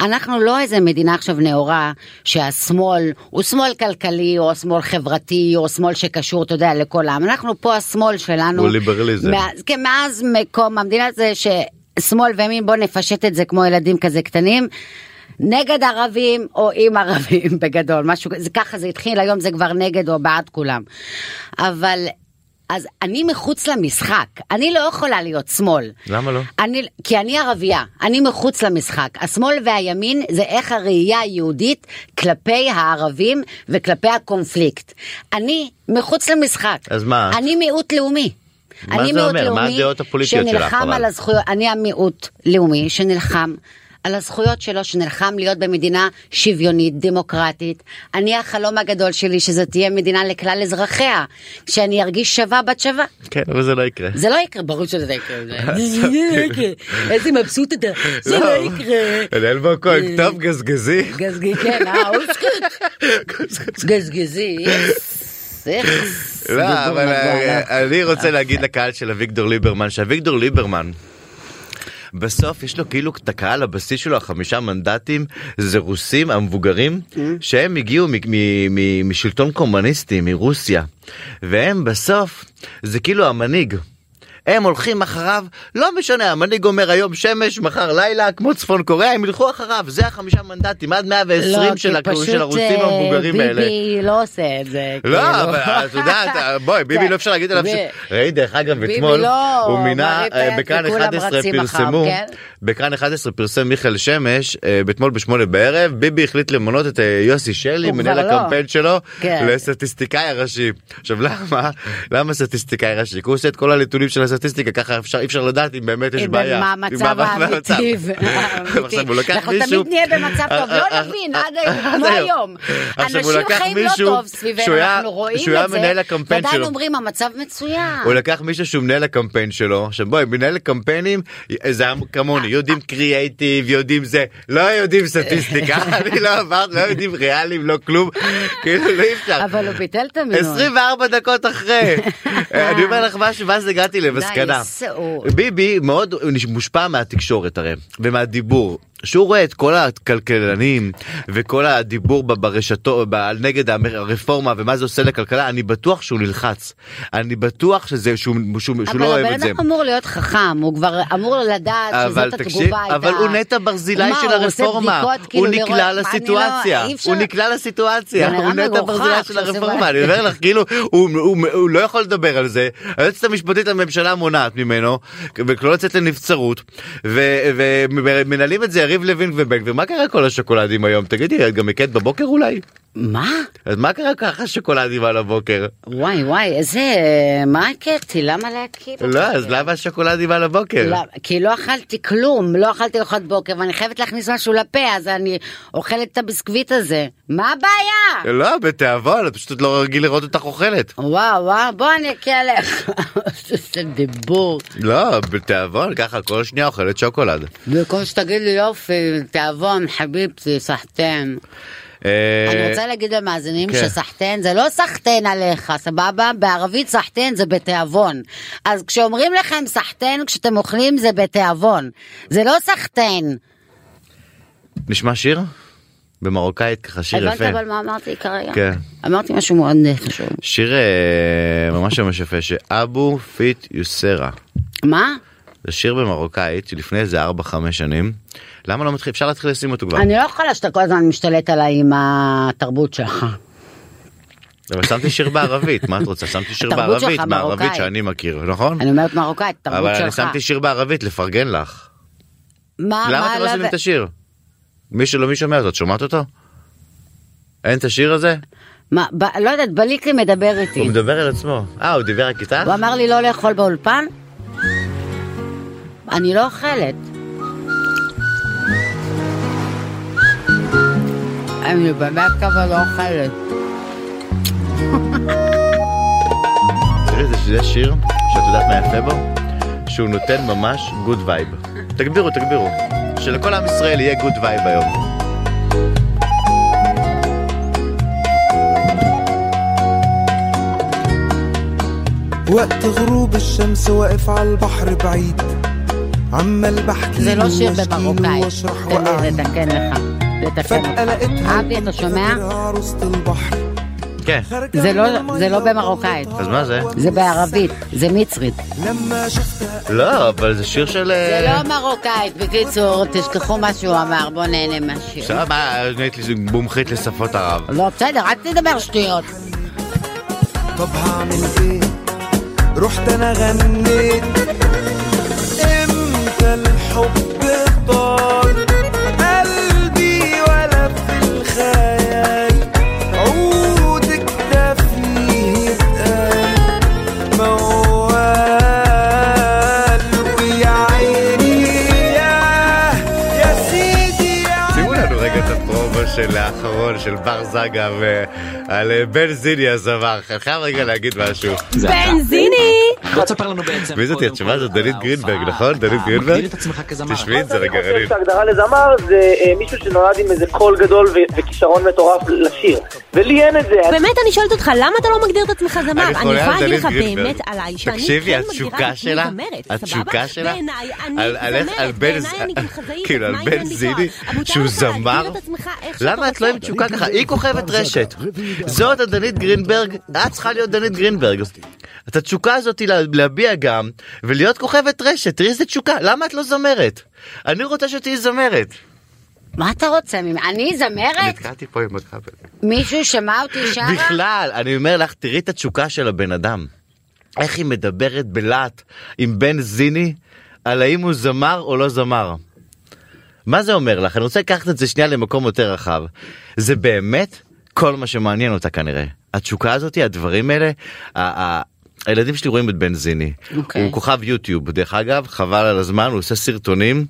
Speaker 3: אנחנו לא איזה מדינה עכשיו נאורה שהשמאל הוא שמאל כלכלי או שמאל חברתי או שמאל שקשור, אתה יודע, לכל העם. אנחנו פה השמאל שלנו.
Speaker 2: הוא ליברליזם.
Speaker 3: מה- אז כן, מאז מקום המדינה זה ששמאל וימין בוא נפשט את זה כמו ילדים כזה קטנים. נגד ערבים או עם ערבים בגדול משהו כזה ככה זה התחיל היום זה כבר נגד או בעד כולם אבל אז אני מחוץ למשחק אני לא יכולה להיות שמאל
Speaker 2: למה לא?
Speaker 3: אני, כי אני ערבייה, אני מחוץ למשחק. השמאל והימין זה איך הראייה היהודית כלפי הערבים וכלפי הקונפליקט. אני מחוץ למשחק.
Speaker 2: אז מה את?
Speaker 3: אני מיעוט לאומי.
Speaker 2: מה
Speaker 3: אני
Speaker 2: זה
Speaker 3: מיעוט
Speaker 2: אומר? מה
Speaker 3: לאומי
Speaker 2: הדעות הפוליטיות שלך,
Speaker 3: שנלחם
Speaker 2: אבל?
Speaker 3: על הזכויות, אני המיעוט לאומי שנלחם. על הזכויות שלו שנלחם להיות במדינה שוויונית, דמוקרטית. אני החלום הגדול שלי שזו תהיה מדינה לכלל אזרחיה, שאני ארגיש שווה בת שווה.
Speaker 2: כן, אבל זה לא יקרה.
Speaker 3: זה לא יקרה, ברור שזה לא יקרה. זה לא יקרה. איזה מבסוט אתה, זה לא יקרה. אה.
Speaker 2: אליאל בוקו, כתב גזגזי.
Speaker 3: גזגי, כן, אה, אוסקוט. גזגזי, איכס, איכס.
Speaker 2: לא, אבל אה,
Speaker 3: אה,
Speaker 2: אני רוצה להגיד לקהל של אביגדור ליברמן, שאביגדור ליברמן... בסוף יש לו כאילו את הקהל הבסיס שלו החמישה מנדטים זה רוסים המבוגרים
Speaker 3: Mm.
Speaker 2: שהם הגיעו מ- מ- מ- משלטון קומוניסטי מרוסיה והם בסוף זה כאילו המנהיג. הם הולכים אחריו לא משנה המנהיג אומר היום שמש מחר לילה כמו צפון קוריאה הם ילכו אחריו זה החמישה מנדטים עד 120
Speaker 3: לא,
Speaker 2: של
Speaker 3: כי
Speaker 2: הכ-
Speaker 3: פשוט,
Speaker 2: של הרוסים
Speaker 3: אה,
Speaker 2: המבוגרים האלה.
Speaker 3: ביבי לא עושה את זה.
Speaker 2: לא,
Speaker 3: כאילו. כן.
Speaker 2: אבל את יודעת, בואי, ביבי לא אפשר להגיד עליו ש...
Speaker 3: ב-
Speaker 2: ראי, דרך אגב,
Speaker 3: ביבי
Speaker 2: אתמול
Speaker 3: לא,
Speaker 2: הוא מינה,
Speaker 3: מרים
Speaker 2: אה,
Speaker 3: פרץ
Speaker 2: בכאן
Speaker 3: וכולם
Speaker 2: 11
Speaker 3: רצים אחריו,
Speaker 2: פרסמו,
Speaker 3: כן?
Speaker 2: בכאן 11 פרסם מיכאל שמש, אה, אתמול בשמונה בערב, ביבי החליט למנות את אה, יוסי שלי,
Speaker 3: הוא
Speaker 2: מנהל
Speaker 3: כבר לא.
Speaker 2: הקמפיין שלו,
Speaker 3: כן.
Speaker 2: לסטטיסטיקאי הראשי. עכשיו למה? למה סטטיסטיקאי ראשי? כי הוא עושה את כל הנתונים של הסטטיסטיקה, ככה אפשר- אי אפשר לדעת אם באמת יש
Speaker 3: אם
Speaker 2: בעיה.
Speaker 3: מה
Speaker 2: אם
Speaker 3: המצב
Speaker 2: המצב.
Speaker 3: אה, האמיתי.
Speaker 2: עכשיו,
Speaker 3: האמיתי.
Speaker 2: הוא לקח
Speaker 3: אנחנו
Speaker 2: מישהו- אה,
Speaker 3: תמיד נהיה במצב טוב, לא נבין, עד היום, כמו היום.
Speaker 2: עכשיו, הוא
Speaker 3: אנשים
Speaker 2: לקח
Speaker 3: חיים לא
Speaker 2: מישהו
Speaker 3: טוב
Speaker 2: שהוא
Speaker 3: סביבנו,
Speaker 2: היה-
Speaker 3: אנחנו רואים את זה.
Speaker 2: שהוא היה מנהל הקמפיין
Speaker 3: ועדיין
Speaker 2: שלו.
Speaker 3: אומרים, אה. המצב מצוין.
Speaker 2: הוא לקח מישהו שהוא מנהל הקמפיין שלו עכשיו בואי מנהל הקמפיינים זה עם- כמוני יודעים קריאייטיב יודעים זה לא יודעים סטטיסטיקה אני לא עברת לא יודעים ריאליים לא כלום כאילו לא אי אפשר.
Speaker 3: אבל הוא ביטל את המינוי.
Speaker 2: 24 דקות אחרי אני אומר לך משהו ואז הגעתי למסקנה
Speaker 3: סיוט.
Speaker 2: ביבי מאוד הוא מושפע מהתקשורת הרי ומהדיבור שהוא רואה את כל הכלכלנים וכל הדיבור ב- ברשתו ב- על נגד המ- הרפורמה ומה זה עושה לכלכלה אני בטוח שהוא נלחץ אני בטוח שזה שהוא, שהוא, שהוא לא אוהב את זה.
Speaker 3: אבל הבן אדם אמור להיות חכם, הוא כבר אמור לדעת
Speaker 2: אבל
Speaker 3: שזאת
Speaker 2: תקשיב,
Speaker 3: התגובה הייתה.
Speaker 2: אבל הוא נטע ברזילי
Speaker 3: מה,
Speaker 2: של
Speaker 3: הוא עושה
Speaker 2: הרפורמה,
Speaker 3: בדיקות,
Speaker 2: הוא
Speaker 3: כאילו, לראות-
Speaker 2: נקלע
Speaker 3: אני לא-
Speaker 2: לסיטואציה,
Speaker 3: אי אפשר.
Speaker 2: הוא נקלע לסיטואציה,
Speaker 3: זה נראה
Speaker 2: הוא נטע
Speaker 3: מגוחך
Speaker 2: ברזילי של
Speaker 3: שהוא עושה
Speaker 2: הרפורמה,
Speaker 3: בעיה.
Speaker 2: אני אומר לך, כאילו, הוא- הוא הוא לא יכול לדבר על זה, היועצת המשפטית לממשלה מונעת ממנו, וכלא לצאת לנבצרות, ומנהלים את זה יריב לוין ובן גביר, מה קרה כל השוקולדים היום, תגידי, את גם הכית בבוקר אולי?
Speaker 3: מה?
Speaker 2: אז מה קרה ככה שוקולדים על הבוקר?
Speaker 3: וואי וואי, איזה... אה, מה הקטי? למה להקים?
Speaker 2: לא, אז למה שוקולדים על הבוקר?
Speaker 3: לא, כי לא אכלתי כלום, לא אכלתי ארוחת בוקר, ואני חייבת להכניס משהו לפה, אז אני אוכלת את הביסקוויט הזה. מה הבעיה?
Speaker 2: לא, בתיאבון, את פשוט לא רגיל לראות אותך אוכלת.
Speaker 3: וואו וואו, בוא אני אכה עליך. איזה דיבור.
Speaker 2: לא, בתיאבון, ככה כל שנייה אוכלת שוקולד.
Speaker 3: במקום שתגיד לי יופי, תיאבון, חביבתי, סחטן.
Speaker 2: אה,
Speaker 3: אני רוצה להגיד למאזינים
Speaker 2: כן.
Speaker 3: שסחטן זה לא סחטן עליך, סבבה? בערבית סחטן זה בתיאבון. אז כשאומרים לכם סחטן כשאתם אוכלים זה בתיאבון. זה לא סחטן.
Speaker 2: נשמע שיר? במרוקאית ככה שיר
Speaker 3: הבנת
Speaker 2: יפה.
Speaker 3: אבל מה אמרתי כרגע?
Speaker 2: כן.
Speaker 3: אמרתי משהו מאוד אה, חשוב.
Speaker 2: שיר אה, ממש ממש יפה שאבו פיט יוסרה.
Speaker 3: מה?
Speaker 2: זה שיר במרוקאית שלפני איזה 4-5 שנים. למה לא מתחיל? אפשר להתחיל לשים אותו כבר.
Speaker 3: אני לא יכולה שאתה כל הזמן משתלט עליי עם התרבות שלך.
Speaker 2: אבל שמתי שיר בערבית, מה את רוצה? שמתי שיר
Speaker 3: התרבות שלך
Speaker 2: בערבית, בערבית
Speaker 3: מרוקאית.
Speaker 2: שאני מכיר, נכון?
Speaker 3: אני אומרת מרוקאית, תרבות
Speaker 2: אבל
Speaker 3: שלך.
Speaker 2: אני שמתי שיר בערבית לפרגן לך.
Speaker 3: מה,
Speaker 2: למה
Speaker 3: מה
Speaker 2: אתם לא
Speaker 3: לא
Speaker 2: שמים
Speaker 3: ו-
Speaker 2: את השיר? מי שלא מי שומע אותו, את שומעת אותו? אין את השיר הזה?
Speaker 3: מה, ב- לא יודעת, בליקי מדבר
Speaker 2: הוא
Speaker 3: איתי.
Speaker 2: מדבר על עצמו. אה, הוא דיבר רק איתך?
Speaker 3: הוא אמר לי לא לאכול באולפן? אני לא אוכלת. אני באמת כבר לא אוכלת.
Speaker 2: תראי, זה- זה שיר שאת יודעת מה יפה בו? שהוא נותן ממש גוד וייב. תגבירו, תגבירו. שלכל עם ישראל יהיה גוד וייב היום.
Speaker 4: وقت غروب الشمس واقف على البحر بعيد عمال بحكي
Speaker 3: זה לא
Speaker 4: له
Speaker 3: شיר
Speaker 4: واشكي له
Speaker 3: במרוקאית.
Speaker 4: واشرح
Speaker 3: תן לי
Speaker 4: وأعيد.
Speaker 3: לתקן לך. לתקן
Speaker 4: فجأة
Speaker 3: לך.
Speaker 4: لقيتها
Speaker 3: אבי, אתה שומע?
Speaker 4: فاكرها عروسة البحر
Speaker 2: כן.
Speaker 4: خارجة
Speaker 3: זה
Speaker 4: من
Speaker 3: לא-
Speaker 4: المية
Speaker 3: זה לא במרוקאית.
Speaker 2: אז מה זה?
Speaker 3: זה בערבית, זה מצרית.
Speaker 4: لما شفتها
Speaker 2: לא, אבל זה שיר של...
Speaker 3: זה לא מרוקאית, בקיצור, תשכחו מה שהוא אמר, בואו נהנה מהשיר.
Speaker 2: בסדר, מה, נהיית לי מומחית לשפות ערב.
Speaker 3: לא, בסדר, אל תדבר שטויות.
Speaker 4: طب هعمل ايه رحت انا غنيت امتى الحب طار قلبي ولا في الخيال عود اكتفيه اتقال موال ويا عيني يا يا سيدي يا
Speaker 2: שימו לנו רגע את הפרומו של האחרון, של בר זגה ועל אה, בן זיני הזמר. אני חייב רגע להגיד משהו.
Speaker 5: זה אתה.
Speaker 1: Benzini!
Speaker 5: בוא תספר לנו בעצם.
Speaker 2: מי זאת?
Speaker 5: קודם
Speaker 2: התשובה
Speaker 5: כל,
Speaker 2: זאת
Speaker 5: על
Speaker 2: דנית
Speaker 5: ההופעה.
Speaker 2: גרינברג, נכון? דנית
Speaker 5: אתה
Speaker 2: גרינברג?
Speaker 5: מגדיר את עצמך כזמר.
Speaker 2: תשמעי את זה רגע,
Speaker 6: אני חושב
Speaker 2: רנין.
Speaker 6: שההגדרה לזמר זה אה, מישהו שנולד עם איזה קול גדול ו- וכישרון מטורף לשיר. ולי אין את זה. אני-
Speaker 1: באמת, אני שואלת אותך, למה אתה לא מגדיר את עצמך זמר?
Speaker 2: אני
Speaker 1: אני
Speaker 2: חולה
Speaker 1: יכולה
Speaker 2: על
Speaker 1: להגיד לך
Speaker 2: דלית גרינברג.
Speaker 1: באמת עליי, שאני
Speaker 2: תקשיבי,
Speaker 1: כן מגדירה
Speaker 2: התשוקה
Speaker 1: את
Speaker 2: שלה,
Speaker 1: עצמי זמרת,
Speaker 2: התשוקה
Speaker 1: סבבה?
Speaker 2: שלה,
Speaker 1: בעיניי,
Speaker 2: על- על
Speaker 1: אני
Speaker 2: איך- על
Speaker 1: זמרת,
Speaker 2: בן ז-
Speaker 1: בעיניי אני גם חזאית,
Speaker 2: כאילו,
Speaker 1: אז
Speaker 2: על
Speaker 1: מה
Speaker 2: בן
Speaker 1: העניין לי
Speaker 2: זיני,
Speaker 1: בכלל? אבל מותר
Speaker 2: שהוא
Speaker 1: לך להגדיר
Speaker 2: זמר?
Speaker 1: את עצמך איך שאתה
Speaker 2: למה את לא עם
Speaker 1: רוצה.
Speaker 2: תשוקה ככה? היא כוכבת רשת. זאת הדנית גרינברג, את צריכה להיות דנית גרינברג. את התשוקה הזאת היא לה- להביע גם, ולהיות כוכבת רשת, תראי איזה תשוקה, למה את לא זמרת? אני רוצה שתהיי זמרת.
Speaker 3: מה אתה רוצה? ממני? אני זמרת?
Speaker 2: נתקעתי פה עם הכבל.
Speaker 3: מישהו שמע אותי שרה?
Speaker 2: בכלל, אני אומר לך, תראי את התשוקה של הבן אדם. איך היא מדברת בלהט עם בן זיני על האם הוא זמר או לא זמר. מה זה אומר לך? אני רוצה לקחת את זה שנייה למקום יותר רחב. זה באמת כל מה שמעניין אותה כנראה. התשוקה הזאת, הדברים האלה, ה- ה- הילדים שלי רואים את בן זיני.
Speaker 3: אוקיי.
Speaker 2: הוא כוכב יוטיוב, דרך אגב, חבל על הזמן, הוא עושה סרטונים.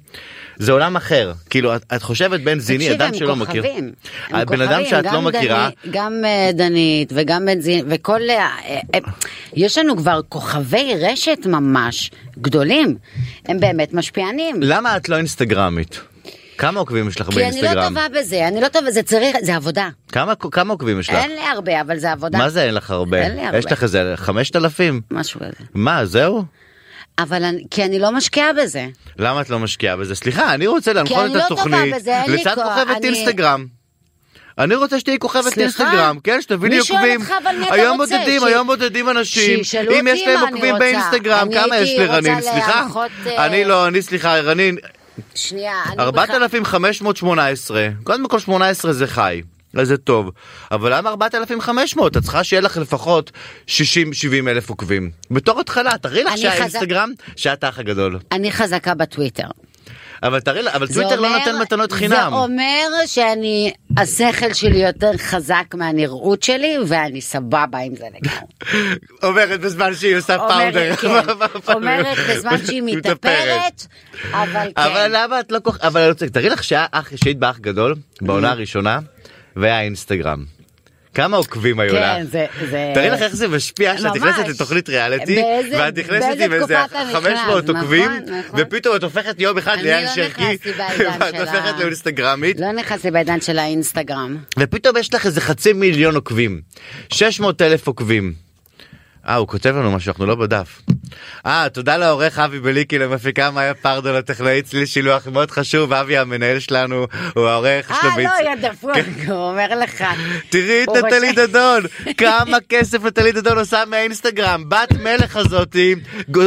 Speaker 2: זה עולם אחר. כאילו, את, את חושבת בן זיני,
Speaker 3: תקשיב,
Speaker 2: אדם
Speaker 3: הם
Speaker 2: שלא מכיר.
Speaker 3: כוכבים. הם
Speaker 2: הבן אדם
Speaker 3: כוכבים,
Speaker 2: שאת
Speaker 3: גם
Speaker 2: לא מכירה,
Speaker 3: דני- גם אה, דנית וגם בן זין וכל... אה, אה, אה, יש לנו כבר כוכבי רשת ממש גדולים. הם באמת משפיענים.
Speaker 2: למה את לא אינסטגרמית? כמה עוקבים יש לך
Speaker 3: כי אני
Speaker 2: באינסטגרם?
Speaker 3: לא טובה בזה, אני לא טובה, זה צריך, זה עבודה.
Speaker 2: כמה, כמה עוקבים יש לך?
Speaker 3: אין לי הרבה, אבל זה עבודה.
Speaker 2: מה זה אין לך הרבה?
Speaker 3: אין לי הרבה.
Speaker 2: יש לך איזה 5,000?
Speaker 3: משהו כזה.
Speaker 2: מה, זהו?
Speaker 3: אבל אני, כי אני לא משקיעה בזה.
Speaker 2: למה את לא משקיעה בזה? סליחה, אני רוצה להנחות
Speaker 3: אני
Speaker 2: את
Speaker 3: לא
Speaker 2: התוכנית
Speaker 3: טובה בזה, אין לי
Speaker 2: לצד
Speaker 3: כוח,
Speaker 2: כוכבת
Speaker 3: אני-
Speaker 2: אינסטגרם. אני רוצה שתהיי כוכבת
Speaker 3: סליחה?
Speaker 2: אינסטגרם, כן, שתביא לי
Speaker 3: מי שואל
Speaker 2: עוקבים.
Speaker 3: אותך, אבל מי אתה
Speaker 2: היום
Speaker 3: רוצה?
Speaker 2: מודדים,
Speaker 3: ש-
Speaker 2: היום מודדים אנשים.
Speaker 3: שישאלו
Speaker 2: אם
Speaker 3: אותי
Speaker 2: יש להם
Speaker 3: מה אני
Speaker 2: עוקבים
Speaker 3: רוצה.
Speaker 2: באינסטגרם,
Speaker 3: אני
Speaker 2: כמה יש
Speaker 3: הייתי רוצה
Speaker 2: לרנין? סליחה?
Speaker 3: להנחות, אה,
Speaker 2: אני לא, אני סליחה, רנין,
Speaker 3: שנייה, אני... בכלל-
Speaker 2: 4,518, קודם כל 18 זה חי, אז זה טוב, אבל למה 4,500? את צריכה שיהיה לך לפחות 60-70 אלף עוקבים. בתור התחלה, תראי לך
Speaker 3: אני
Speaker 2: שהאינסטגרם, שאת האח הגדול.
Speaker 3: אני חזקה בטוויטר.
Speaker 2: אבל תראי לך, אבל
Speaker 3: זה
Speaker 2: טוויטר לא
Speaker 3: אומר-
Speaker 2: נותן מתנות חינם.
Speaker 3: זה אומר שאני השכל שלי יותר חזק מהנראות שלי, ואני סבבה עם זה לגמרי.
Speaker 2: אומרת בזמן שהיא עושה פאודר.
Speaker 3: אומרת, כן. אומרת בזמן שהיא מתאפרת, אבל
Speaker 2: אבל
Speaker 3: כן.
Speaker 2: למה את לא כל כך, אבל אני רוצה, תראי לך שהיה אח שהיית באח גדול,
Speaker 3: Mm-hmm.
Speaker 2: בעונה הראשונה, והיה אינסטגרם. כמה עוקבים היו לך?
Speaker 3: כן, זה... זה-
Speaker 2: תארי לך איך זה משפיע שאת
Speaker 3: ממש.
Speaker 2: נכנסת לתוכנית ריאליטי
Speaker 3: באיזה-
Speaker 2: ואת נכנסת עם
Speaker 3: באיזה
Speaker 2: איזה
Speaker 3: תקופה אתה נכנס,
Speaker 2: 500
Speaker 3: נכון,
Speaker 2: עוקבים
Speaker 3: נכון.
Speaker 2: ופתאום את הופכת יום אחד
Speaker 3: אני
Speaker 2: ליאן
Speaker 3: לא
Speaker 2: שרקי
Speaker 3: נכנסתי בעידן
Speaker 2: ואת
Speaker 3: של
Speaker 2: הופכת
Speaker 3: ה-
Speaker 2: לאינסטגרמית
Speaker 3: לא נכנס לי בעידן של האינסטגרם.
Speaker 2: ופתאום יש לך איזה חצי מיליון עוקבים 600 אלף עוקבים. אה הוא כותב לנו משהו אנחנו לא בדף. אה תודה לעורך אבי בליקי למפיקה מאיה פרדו לטכנאית צליל שילוח מאוד חשוב אבי המנהל שלנו הוא העורך יש לו כן.
Speaker 3: אה,
Speaker 2: ביצ-
Speaker 3: לא, יא דפוק, הוא אומר לך.
Speaker 2: תראי את
Speaker 3: הוא
Speaker 2: נטלי
Speaker 3: בשל-
Speaker 2: דדון, כמה כסף נטלי דדון עושה מהאינסטגרם, בת מלך הזאתי,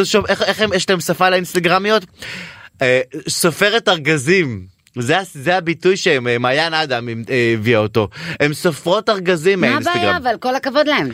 Speaker 2: שוב, איך, איך הם, יש להם שפה לאינסטגרמיות? אה, סופרת ארגזים. זה, ה- זה הביטוי שהם, אה, מעיין אדם אה, הביאה אותו. הם סופרות ארגזים
Speaker 3: מה
Speaker 2: מהאינסטגרם.
Speaker 3: הבעיה, אבל כל הכבוד להם.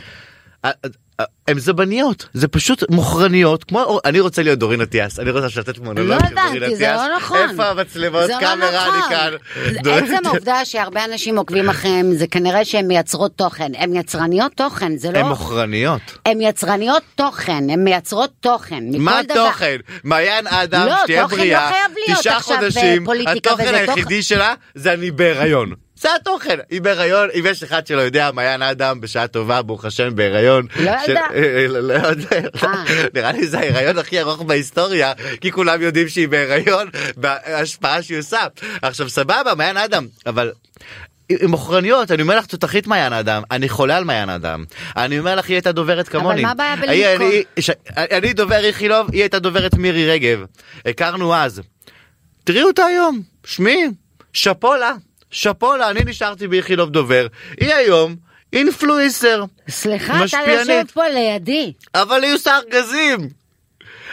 Speaker 2: אה, אה, הן זבניות, זה פשוט מוכרניות, כמו, אני רוצה להיות דורין אטיאס, אני רוצה עכשיו לתת מונולוג
Speaker 3: לא
Speaker 2: של דורין
Speaker 3: הבנתי, זה
Speaker 2: אטיאס.
Speaker 3: לא נכון.
Speaker 2: איפה המצלמות,
Speaker 3: זה לא
Speaker 2: קאמרה, אני
Speaker 3: נכון.
Speaker 2: כאן.
Speaker 3: זה-
Speaker 2: דורין
Speaker 3: עצם
Speaker 2: אטיאס.
Speaker 3: העובדה שהרבה אנשים עוקבים אחריהם, זה כנראה שהן מייצרות תוכן. הן יצרניות תוכן, זה לא...
Speaker 2: הן מוכרניות.
Speaker 3: הן יצרניות תוכן, הן מייצרות תוכן. מכל
Speaker 2: מה
Speaker 3: דבר.
Speaker 2: התוכן? מעיין אדם,
Speaker 3: לא,
Speaker 2: שתהיה
Speaker 3: תוכן לא
Speaker 2: בריאה,
Speaker 3: חייב להיות
Speaker 2: תשעה
Speaker 3: עכשיו, אה,
Speaker 2: חודשים,
Speaker 3: פוליטיקה
Speaker 2: התוכן
Speaker 3: וזה,
Speaker 2: היחידי שלה זה אני בהיריון. זה התוכן, היא בהיריון, אם יש אחד שלא יודע, מעיין אדם בשעה טובה, ברוך השם, בהיריון.
Speaker 3: לא
Speaker 2: ש-
Speaker 3: ילדה.
Speaker 2: אה, לא לא יודע.
Speaker 3: אה.
Speaker 2: נראה לי זה ההיריון הכי ארוך בהיסטוריה, כי כולם יודעים שהיא בהיריון, בהשפעה שהיא עושה. עכשיו סבבה, מעיין אדם, אבל... עם מוכרניות, אני אומר לך תותחית מעיין אדם, אני חולה על מעיין אדם, אני אומר לך היא הייתה דוברת כמוני.
Speaker 3: מה הבעיה
Speaker 2: היא-
Speaker 3: בלנקום?
Speaker 2: אני- ש... אני דובר איכילוב, היא הייתה דוברת מירי רגב. הכרנו אז. תראי אותה היום, שמי, שאפו לה, שאפו לה, אני נשארתי באיכילוב דובר. היא היום אינפלואיסר,
Speaker 3: סליחה, אתה
Speaker 2: משפיענית.
Speaker 3: יושב פה לידי.
Speaker 2: אבל היא עושה ארגזים.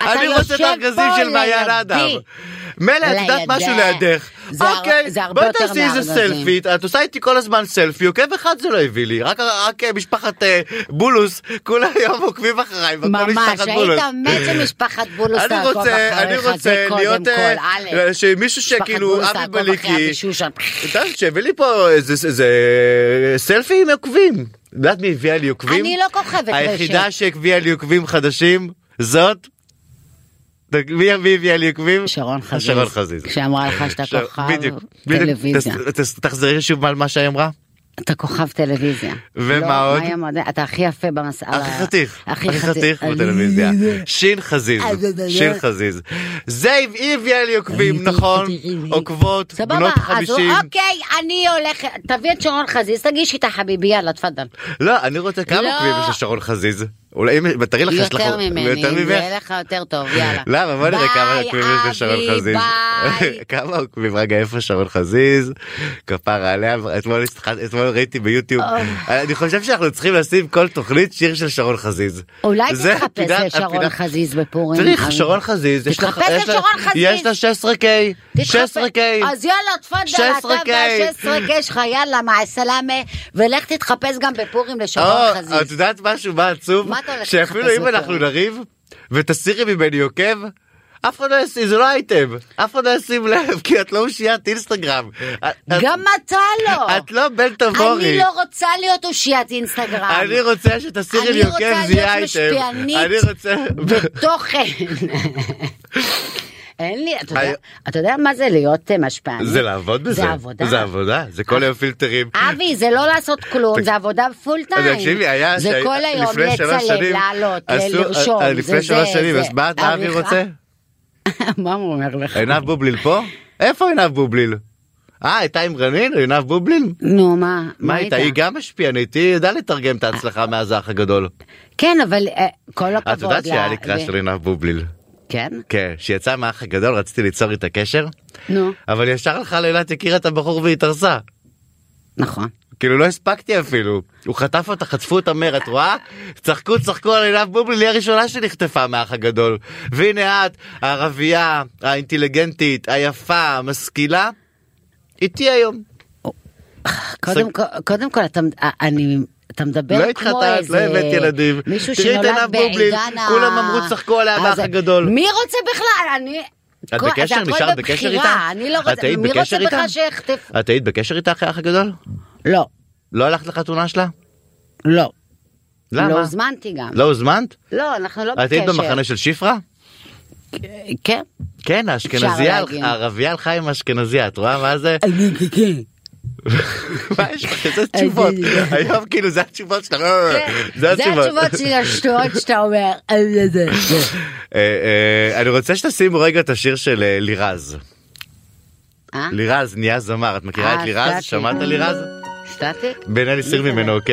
Speaker 3: אתה
Speaker 2: אני רוצה את
Speaker 3: יושב
Speaker 2: הארגזים
Speaker 3: פה
Speaker 2: של מעיין
Speaker 3: לידי.
Speaker 2: אדם. מילא את יודעת
Speaker 3: לידך.
Speaker 2: משהו לידך.
Speaker 3: זה הר-
Speaker 2: אוקיי,
Speaker 3: זה הרבה
Speaker 2: בואי
Speaker 3: יותר
Speaker 2: תעשי איזה
Speaker 3: מארגזים.
Speaker 2: סלפית, את עושה איתי כל הזמן סלפי, עוקב אחד זה לא הביא לי, רק- רק אה, משפחת אה, בולוס, כולה היום עוקבים אחריי, וכל
Speaker 3: ממש,
Speaker 2: משפחת בולוס.
Speaker 3: היית מת שמשפחת בולוס
Speaker 2: אני
Speaker 3: תעקוב
Speaker 2: רוצה, אני
Speaker 3: אחריך, זה
Speaker 2: רוצה
Speaker 3: קודם
Speaker 2: להיות, אה,
Speaker 3: כל, אלף.
Speaker 2: שמישהו
Speaker 3: משפחת בולוס
Speaker 2: שכאילו, אבי
Speaker 3: תעקוב אחרי
Speaker 2: בליקי,
Speaker 3: אבי שושן.
Speaker 2: אתה יודע, שהביא לי פה איזה איזה סלפי עם עוקבים. יודעת מי הביאה לי עוקבים?
Speaker 3: אני לא כוכבת רשת.
Speaker 2: היחידה שהביאה לי עוקבים חדשים, זאת, מי מי הביאה לי עוקבים?
Speaker 3: שרון חזיז.
Speaker 2: שרון חזיז.
Speaker 3: שאמרה לך שאתה
Speaker 2: שר-
Speaker 3: כוכב
Speaker 2: בדיוק, בדיוק.
Speaker 3: טלוויזיה.
Speaker 2: תס- תס- תחזרי שוב על מה שהיא אמרה.
Speaker 3: אתה כוכב טלוויזיה.
Speaker 2: ומה
Speaker 3: לא,
Speaker 2: עוד?
Speaker 3: היה מאוד- אתה הכי יפה במסע.
Speaker 2: הכי חתיך,
Speaker 3: אה, הכי
Speaker 2: הכי חתיך
Speaker 3: אני-
Speaker 2: בטלוויזיה, שין חזיז,
Speaker 3: אה, זה- זה-
Speaker 2: שין
Speaker 3: זה-
Speaker 2: חזיז. זה היא הביאה לי עוקבים, נכון, עוקבות,
Speaker 3: סבבה,
Speaker 2: בנות
Speaker 3: אז
Speaker 2: חמישים.
Speaker 3: אוקיי, אני הולכת, תביא את שרון חזיז, תגיש איתה חביבי, יאללה, תפאדל.
Speaker 2: לא, אני רוצה כמה
Speaker 3: לא.
Speaker 2: עוקבים יש לשרון חזיז. אולי אם, תראי לך, יש לך...
Speaker 3: יותר ממני,
Speaker 2: יותר ממך?
Speaker 3: יהיה לך יותר טוב, יאללה.
Speaker 2: למה? בוא נראה כמה
Speaker 3: ביי,
Speaker 2: עוקבים יש לשרון
Speaker 3: אבי,
Speaker 2: חזיז.
Speaker 3: ביי.
Speaker 2: כמה עוקבים, רגע, איפה שרון חזיז? כפרה עליה, אתמול הסתח- אתמול ראיתי ביוטיוב. אני חושב שאנחנו צריכים לשים כל תוכנית שיר של שרון חזיז.
Speaker 3: אולי
Speaker 2: זה
Speaker 3: תתחפש
Speaker 2: הפינה-
Speaker 3: לשרון
Speaker 2: הפינה-
Speaker 3: חזיז בפורים.
Speaker 2: צריך,
Speaker 3: אבי.
Speaker 2: שרון חזיז, יש לך-
Speaker 3: תתחפש
Speaker 2: יש לה-
Speaker 3: לשרון חזיז.
Speaker 2: יש לה 16K,
Speaker 3: תתחפש.
Speaker 2: 16K.
Speaker 3: אז יאללה, תפאדל, אתה
Speaker 2: 16K.
Speaker 3: וה-16K שלך, יאללה, מה הסלאמה, ולך תתחפש גם בפורים לשרון
Speaker 2: או, את
Speaker 3: חזיז.
Speaker 2: יודעת משהו מה עצוב?
Speaker 3: מה אתה הולך
Speaker 2: שאפילו
Speaker 3: לחפש
Speaker 2: אם
Speaker 3: יותר?
Speaker 2: אנחנו נריב ותסירי ממני עוקב, אף אחד לא ישים, זה לא אייטם, אף אחד לא ישים לב, כי את לא אושיית אינסטגרם. את- את-
Speaker 3: גם אתה לא.
Speaker 2: את לא בן
Speaker 3: אני
Speaker 2: תבורי.
Speaker 3: לא רוצה להיות אושיית אינסטגרם.
Speaker 2: אני רוצה שתסירי
Speaker 3: אני
Speaker 2: לי
Speaker 3: רוצה
Speaker 2: עוקב, זה יהיה
Speaker 3: להיות
Speaker 2: אייטם.
Speaker 3: משפיענית.
Speaker 2: אני רוצה...
Speaker 3: תוכן. אין לי, אתה יודע- אתה יודע מה זה להיות אה, משפענית?
Speaker 2: זה לעבוד בזה.
Speaker 3: זה עבודה.
Speaker 2: זה עבודה, זה כל היום פילטרים.
Speaker 3: אבי, זה לא לעשות כלום, זה עבודה פול
Speaker 2: אז
Speaker 3: טיים.
Speaker 2: תקשיבי, היה
Speaker 3: זה
Speaker 2: שה-
Speaker 3: כל היום
Speaker 2: לפני שלוש
Speaker 3: לצלם,
Speaker 2: שנים
Speaker 3: לעלות, ל-
Speaker 2: עשו-
Speaker 3: לרשום.
Speaker 2: אה,
Speaker 3: זה
Speaker 2: לפני
Speaker 3: זה,
Speaker 2: שלוש שנים,
Speaker 3: זה.
Speaker 2: אז מה אתה אבי
Speaker 3: עריכה.
Speaker 2: רוצה?
Speaker 3: מה הוא אומר לך?
Speaker 2: עינב בובליל פה? איפה עינב בובליל? אה, הייתה עם רנין? עינב בובליל?
Speaker 3: נו, מה?
Speaker 2: מה הייתה? היא גם משפיענית, היא יודעה לתרגם את ההצלחה מאז האח הגדול.
Speaker 3: כן, אבל אה, כל הכבוד.
Speaker 2: את יודעת שהיה לי
Speaker 3: ל-
Speaker 2: קראש של עינב בובליל.
Speaker 3: כן?
Speaker 2: כן, שיצא מהאח הגדול רציתי ליצור איתה קשר,
Speaker 3: נו,
Speaker 2: אבל ישר הלכה לאילת הכירה את הבחור והיא התארסה.
Speaker 3: נכון.
Speaker 2: כאילו לא הספקתי אפילו. הוא חטף אותה, חטפו אותה מר, את רואה? צחקו, צחקו על עינב בובליל, היא הראשונה שנחטפה מהאח הגדול. והנה את, הערבייה, האינטליגנטית, היפה, המשכילה, איתי היום.
Speaker 3: קודם כל, קודם כל, אתה, אה, אני, אתה מדבר
Speaker 2: לא
Speaker 3: כמו
Speaker 2: התחתנת,
Speaker 3: איזה...
Speaker 2: לא הבאת ילדים.
Speaker 3: מישהו
Speaker 2: תראי את
Speaker 3: שנולד
Speaker 2: עינב בובליל,
Speaker 3: בעידן ה...
Speaker 2: כולם אמרו, "צחקו עליה
Speaker 3: אז-
Speaker 2: באח הגדול".
Speaker 3: מי רוצה בכלל? אני...
Speaker 2: את
Speaker 3: הכל-
Speaker 2: בקשר?
Speaker 3: זה הכל
Speaker 2: נשארת בקשר
Speaker 3: בבחירה,
Speaker 2: איתה?
Speaker 3: אני לא רוצה-
Speaker 2: את היית
Speaker 3: מי
Speaker 2: בקשר
Speaker 3: רוצה בכלל
Speaker 2: איתה?
Speaker 3: שיחטף?
Speaker 2: את היית בקשר איתה אחרי האח הגדול?
Speaker 3: לא,
Speaker 2: לא הלכת לחתונה שלה?
Speaker 3: לא.
Speaker 2: למה?
Speaker 3: לא הוזמנתי גם.
Speaker 2: לא הוזמנת?
Speaker 3: לא, אנחנו לא בקשר.
Speaker 2: את היית במחנה של שפרה?
Speaker 3: כן.
Speaker 2: כן, האשכנזייה,
Speaker 3: להגיד.
Speaker 2: הערבייה הלכה עם האשכנזייה, את רואה מה זה? כן. מה יש לך? איזה תשובות. היום כאילו זה התשובות שלך.
Speaker 3: כן, זה התשובות שלי השטויות שאתה אומר. אה, זה, זה.
Speaker 2: אה, אה, אני רוצה שתשימו רגע את השיר של אה, לירז.
Speaker 3: אה?
Speaker 2: לירז נהיה זמר, את מכירה
Speaker 3: אה,
Speaker 2: את לירז?
Speaker 3: שמעתי.
Speaker 2: שמעת לירז?
Speaker 3: שטטיק?
Speaker 2: בן אל הסיר ממנו עוקב.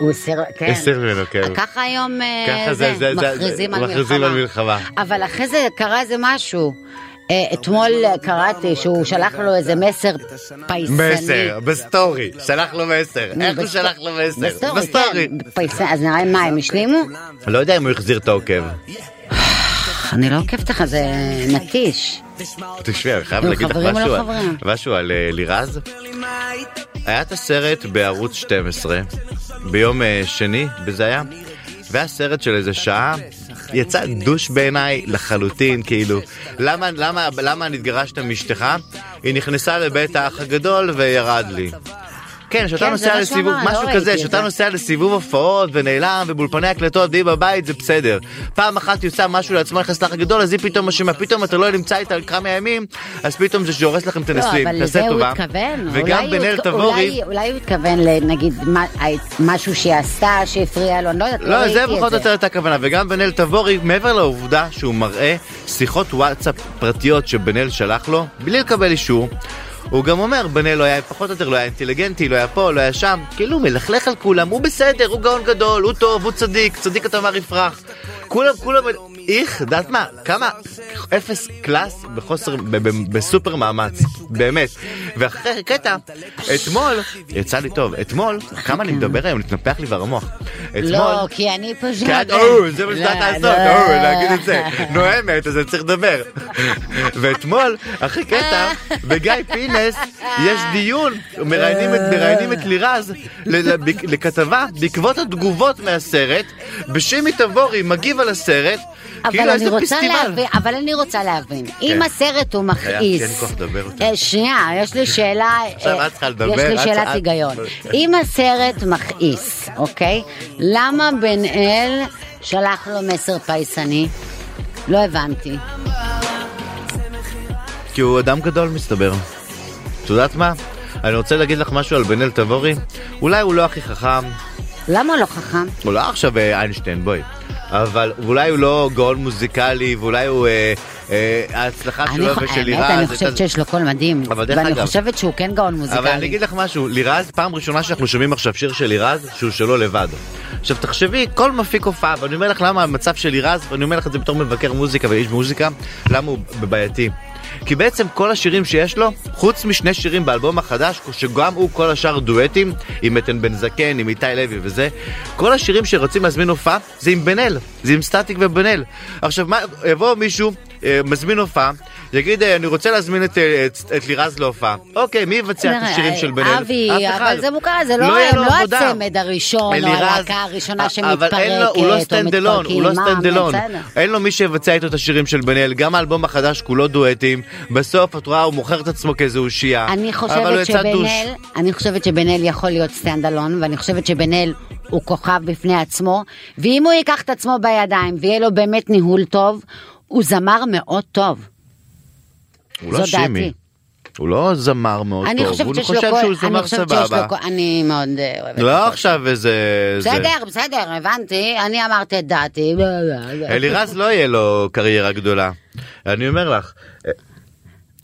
Speaker 3: הוא הסיר, כן.
Speaker 2: הסיר ממנו, כן.
Speaker 3: ככה היום אה,
Speaker 2: ככה זה, זה, זה,
Speaker 3: מכריזים
Speaker 2: מכריזים
Speaker 3: על
Speaker 2: על
Speaker 3: מלחמה.
Speaker 2: מלחמה.
Speaker 3: אבל אחרי זה קרה איזה משהו. אה, אתמול אה, קראתי שהוא שלח לו איזה מסר פייסני.
Speaker 2: מסר, בסטורי, שלח לו מסר.
Speaker 3: נו,
Speaker 2: איך הוא
Speaker 3: בסט-
Speaker 2: שלח לו מסר?
Speaker 3: בסטורי, כן, פייסני. אז נראה לי מה, הם השלימו?
Speaker 2: לא יודע אם הוא החזיר את העוקב.
Speaker 3: אני לא עוקבת לך, זה נטיש.
Speaker 2: תשמעי, אני חייב
Speaker 3: נו,
Speaker 2: להגיד לך
Speaker 3: חברים או לא
Speaker 2: משהו, על-
Speaker 3: חברים?
Speaker 2: משהו על אה, לירז. היה את הסרט בערוץ 12, ביום אה, שני, וזה היה, והיה סרט של איזה שעה, יצא דוש בעיניי לחלוטין, כאילו, למה, למה, למה נתגרשת מאשתך? היא נכנסה לבית האח הגדול וירד לי. כן, שאתה
Speaker 3: כן, זה
Speaker 2: נוסע
Speaker 3: מה שהוא
Speaker 2: לסיבוב,
Speaker 3: אמר,
Speaker 2: משהו
Speaker 3: לא
Speaker 2: כזה,
Speaker 3: ראיתי את
Speaker 2: שאתה
Speaker 3: זה.
Speaker 2: נוסע לסיבוב הופעות ונעלם ובאולפני הקלטות והיא בבית זה בסדר. פעם אחת היא עושה משהו לעצמה, נכנסת לך גדול, אז היא פתאום אשמה, פתאום אתה לא נמצא איתה כמה ימים, אז פתאום זה שהורס לכם את
Speaker 3: לא,
Speaker 2: הנישואים.
Speaker 3: אבל
Speaker 2: תעשה
Speaker 3: לזה הוא
Speaker 2: טובה.
Speaker 3: התכוון.
Speaker 2: וגם
Speaker 3: אולי
Speaker 2: בן
Speaker 3: הוא
Speaker 2: אל
Speaker 3: התכ-
Speaker 2: תבורי,
Speaker 3: אולי- אולי הוא התכוון לנגיד מה- משהו שהיא עשתה, שהפריע לו, אני לא יודעת, לא
Speaker 2: לא,
Speaker 3: ראיתי את
Speaker 2: זה פחות או יותר הייתה הכוונה, וגם בן אל תבורי, מעבר לעובדה שהוא מראה שיחות וואטסאפ פרטיות שבן אל שלח לו, בלי לקבל אישור. הוא גם אומר, בנאל לא היה, פחות או יותר לא היה אינטליגנטי, לא היה פה, לא היה שם, כאילו הוא מלכלך על כולם, הוא בסדר, הוא גאון גדול, הוא טוב, הוא צדיק, צדיק אתה אמר יפרח. כולם, כולם, איך, יודעת מה, כמה, אפס קלאס בחוסר, ב- ב- בסופר מאמץ, באמת. ואחרי קטע, אתמול, יצא לי טוב, אתמול, כמה אני מדבר היום, נתנפח לי כבר המוח. אתמול,
Speaker 3: לא, כי אני פשוט...
Speaker 2: כי את, כן, או, זה מה שצריך
Speaker 3: לא,
Speaker 2: לעשות,
Speaker 3: לא.
Speaker 2: או, להגיד את זה. נואמת, אז אני צריך לדבר. ואתמול, אחרי קטע, בגיא פינס יש דיון, מראיינים את- מראיינים את לירז ל- ל- בק- לכתבה בעקבות התגובות מהסרט, בשימי תבורי מגיב על הסרט,
Speaker 3: אבל
Speaker 2: כאילו
Speaker 3: אני
Speaker 2: איזה
Speaker 3: רוצה
Speaker 2: פסטיבל. כן.
Speaker 3: להבין, אבל אני רוצה להבין, אם הסרט הוא מכעיס,
Speaker 2: היה, כי אין כוח לדבר יותר.
Speaker 3: אה, שנייה, יש לי שאלה,
Speaker 2: עכשיו
Speaker 3: אה,
Speaker 2: את צריכה אוקיי. לדבר,
Speaker 3: יש לי
Speaker 2: את-
Speaker 3: שאלת
Speaker 2: את-
Speaker 3: היגיון, אם הסרט מכעיס, אוקיי, למה בן אל שלח לו מסר פייסני? לא הבנתי.
Speaker 2: כי הוא אדם גדול מסתבר. את יודעת מה? אני רוצה להגיד לך משהו על בן אל תבורי, אולי הוא לא הכי חכם,
Speaker 3: למה הוא לא חכם?
Speaker 2: הוא לא עכשיו אה, איינשטיין, בואי. אבל אולי הוא לא גאון מוזיקלי, ואולי הוא... אה, אה, ההצלחה
Speaker 3: אני
Speaker 2: שלו
Speaker 3: חו-
Speaker 2: ושל לירז...
Speaker 3: האמת, אני
Speaker 2: הייתה-
Speaker 3: חושבת שיש לו קול מדהים,
Speaker 2: אבל דרך
Speaker 3: ואני
Speaker 2: אגב-
Speaker 3: חושבת שהוא כן גאון
Speaker 2: אבל אני
Speaker 3: מוזיקלי.
Speaker 2: אגיד לך משהו, לירז, פעם ראשונה שאנחנו שומעים עכשיו שיר של לירז, שהוא שלו לבד. עכשיו תחשבי, כל מפיק הופעה, ואני אומר לך למה המצב של לירז, ואני אומר לך את זה בתור מבקר מוזיקה ואיש מוזיקה, למה הוא בעייתי. כי בעצם כל השירים שיש לו, חוץ משני שירים באלבום החדש, שגם הוא כל השאר דואטים, עם איתן בן זקן, עם איתי לוי וזה, כל השירים שרוצים להזמין הופעה, זה עם בן אל, זה עם סטטיק ובן אל. עכשיו, מה, יבוא מישהו, אה, מזמין הופעה, יגיד, אה, אני רוצה להזמין את, אה, את, את לירז להופעה. אוקיי, מי יבצע את
Speaker 3: נראה,
Speaker 2: השירים של בן אל?
Speaker 3: אה, אבי,
Speaker 2: אף אחד.
Speaker 3: אבל זה מוכר, זה לא,
Speaker 2: יהיה
Speaker 3: הם
Speaker 2: לו
Speaker 3: לא
Speaker 2: עבודה.
Speaker 3: הצמד הראשון, או
Speaker 2: אלירז-
Speaker 3: הלהקה הראשונה
Speaker 2: אבל אין לו,
Speaker 3: שמתפרקת,
Speaker 2: הוא
Speaker 3: או
Speaker 2: לא סטנדלון, הוא לא
Speaker 3: מתפרקים, מה,
Speaker 2: סטנדלון.
Speaker 3: בסדר.
Speaker 2: אין לו מי שיבצע איתו את השירים של בן אל, גם האלבום החדש כולו דואטים. בסוף את רואה, הוא מוכר את עצמו כאיזה אושייה.
Speaker 3: אני
Speaker 2: אה, אבל הוא
Speaker 3: חושבת
Speaker 2: יצא דוש.
Speaker 3: שבן-אל, אני חושבת שבן-אל יכול להיות סטנדלון, ואני חושבת שבן-אל הוא כוכב בפני עצמו, ואם הוא ייקח את עצמו בידיים ויהיה לו באמת ניהול טוב, הוא זמר מאוד טוב.
Speaker 2: הוא לא
Speaker 3: זו דעתי.
Speaker 2: שימי. הוא לא זמר מאוד
Speaker 3: אני
Speaker 2: טוב,
Speaker 3: חושבת
Speaker 2: הוא
Speaker 3: שיש לו
Speaker 2: חושב
Speaker 3: קול,
Speaker 2: שהוא
Speaker 3: אני
Speaker 2: זמר
Speaker 3: חושבת שיש
Speaker 2: סבבה.
Speaker 3: לו קול, אני מאוד אה, אוהבת.
Speaker 2: לא עכשיו איזה... זה.
Speaker 3: בסדר, בסדר, הבנתי, אני אמרתי את דעתי.
Speaker 2: אלירז לא יהיה לו קריירה גדולה. אני אומר לך, אה,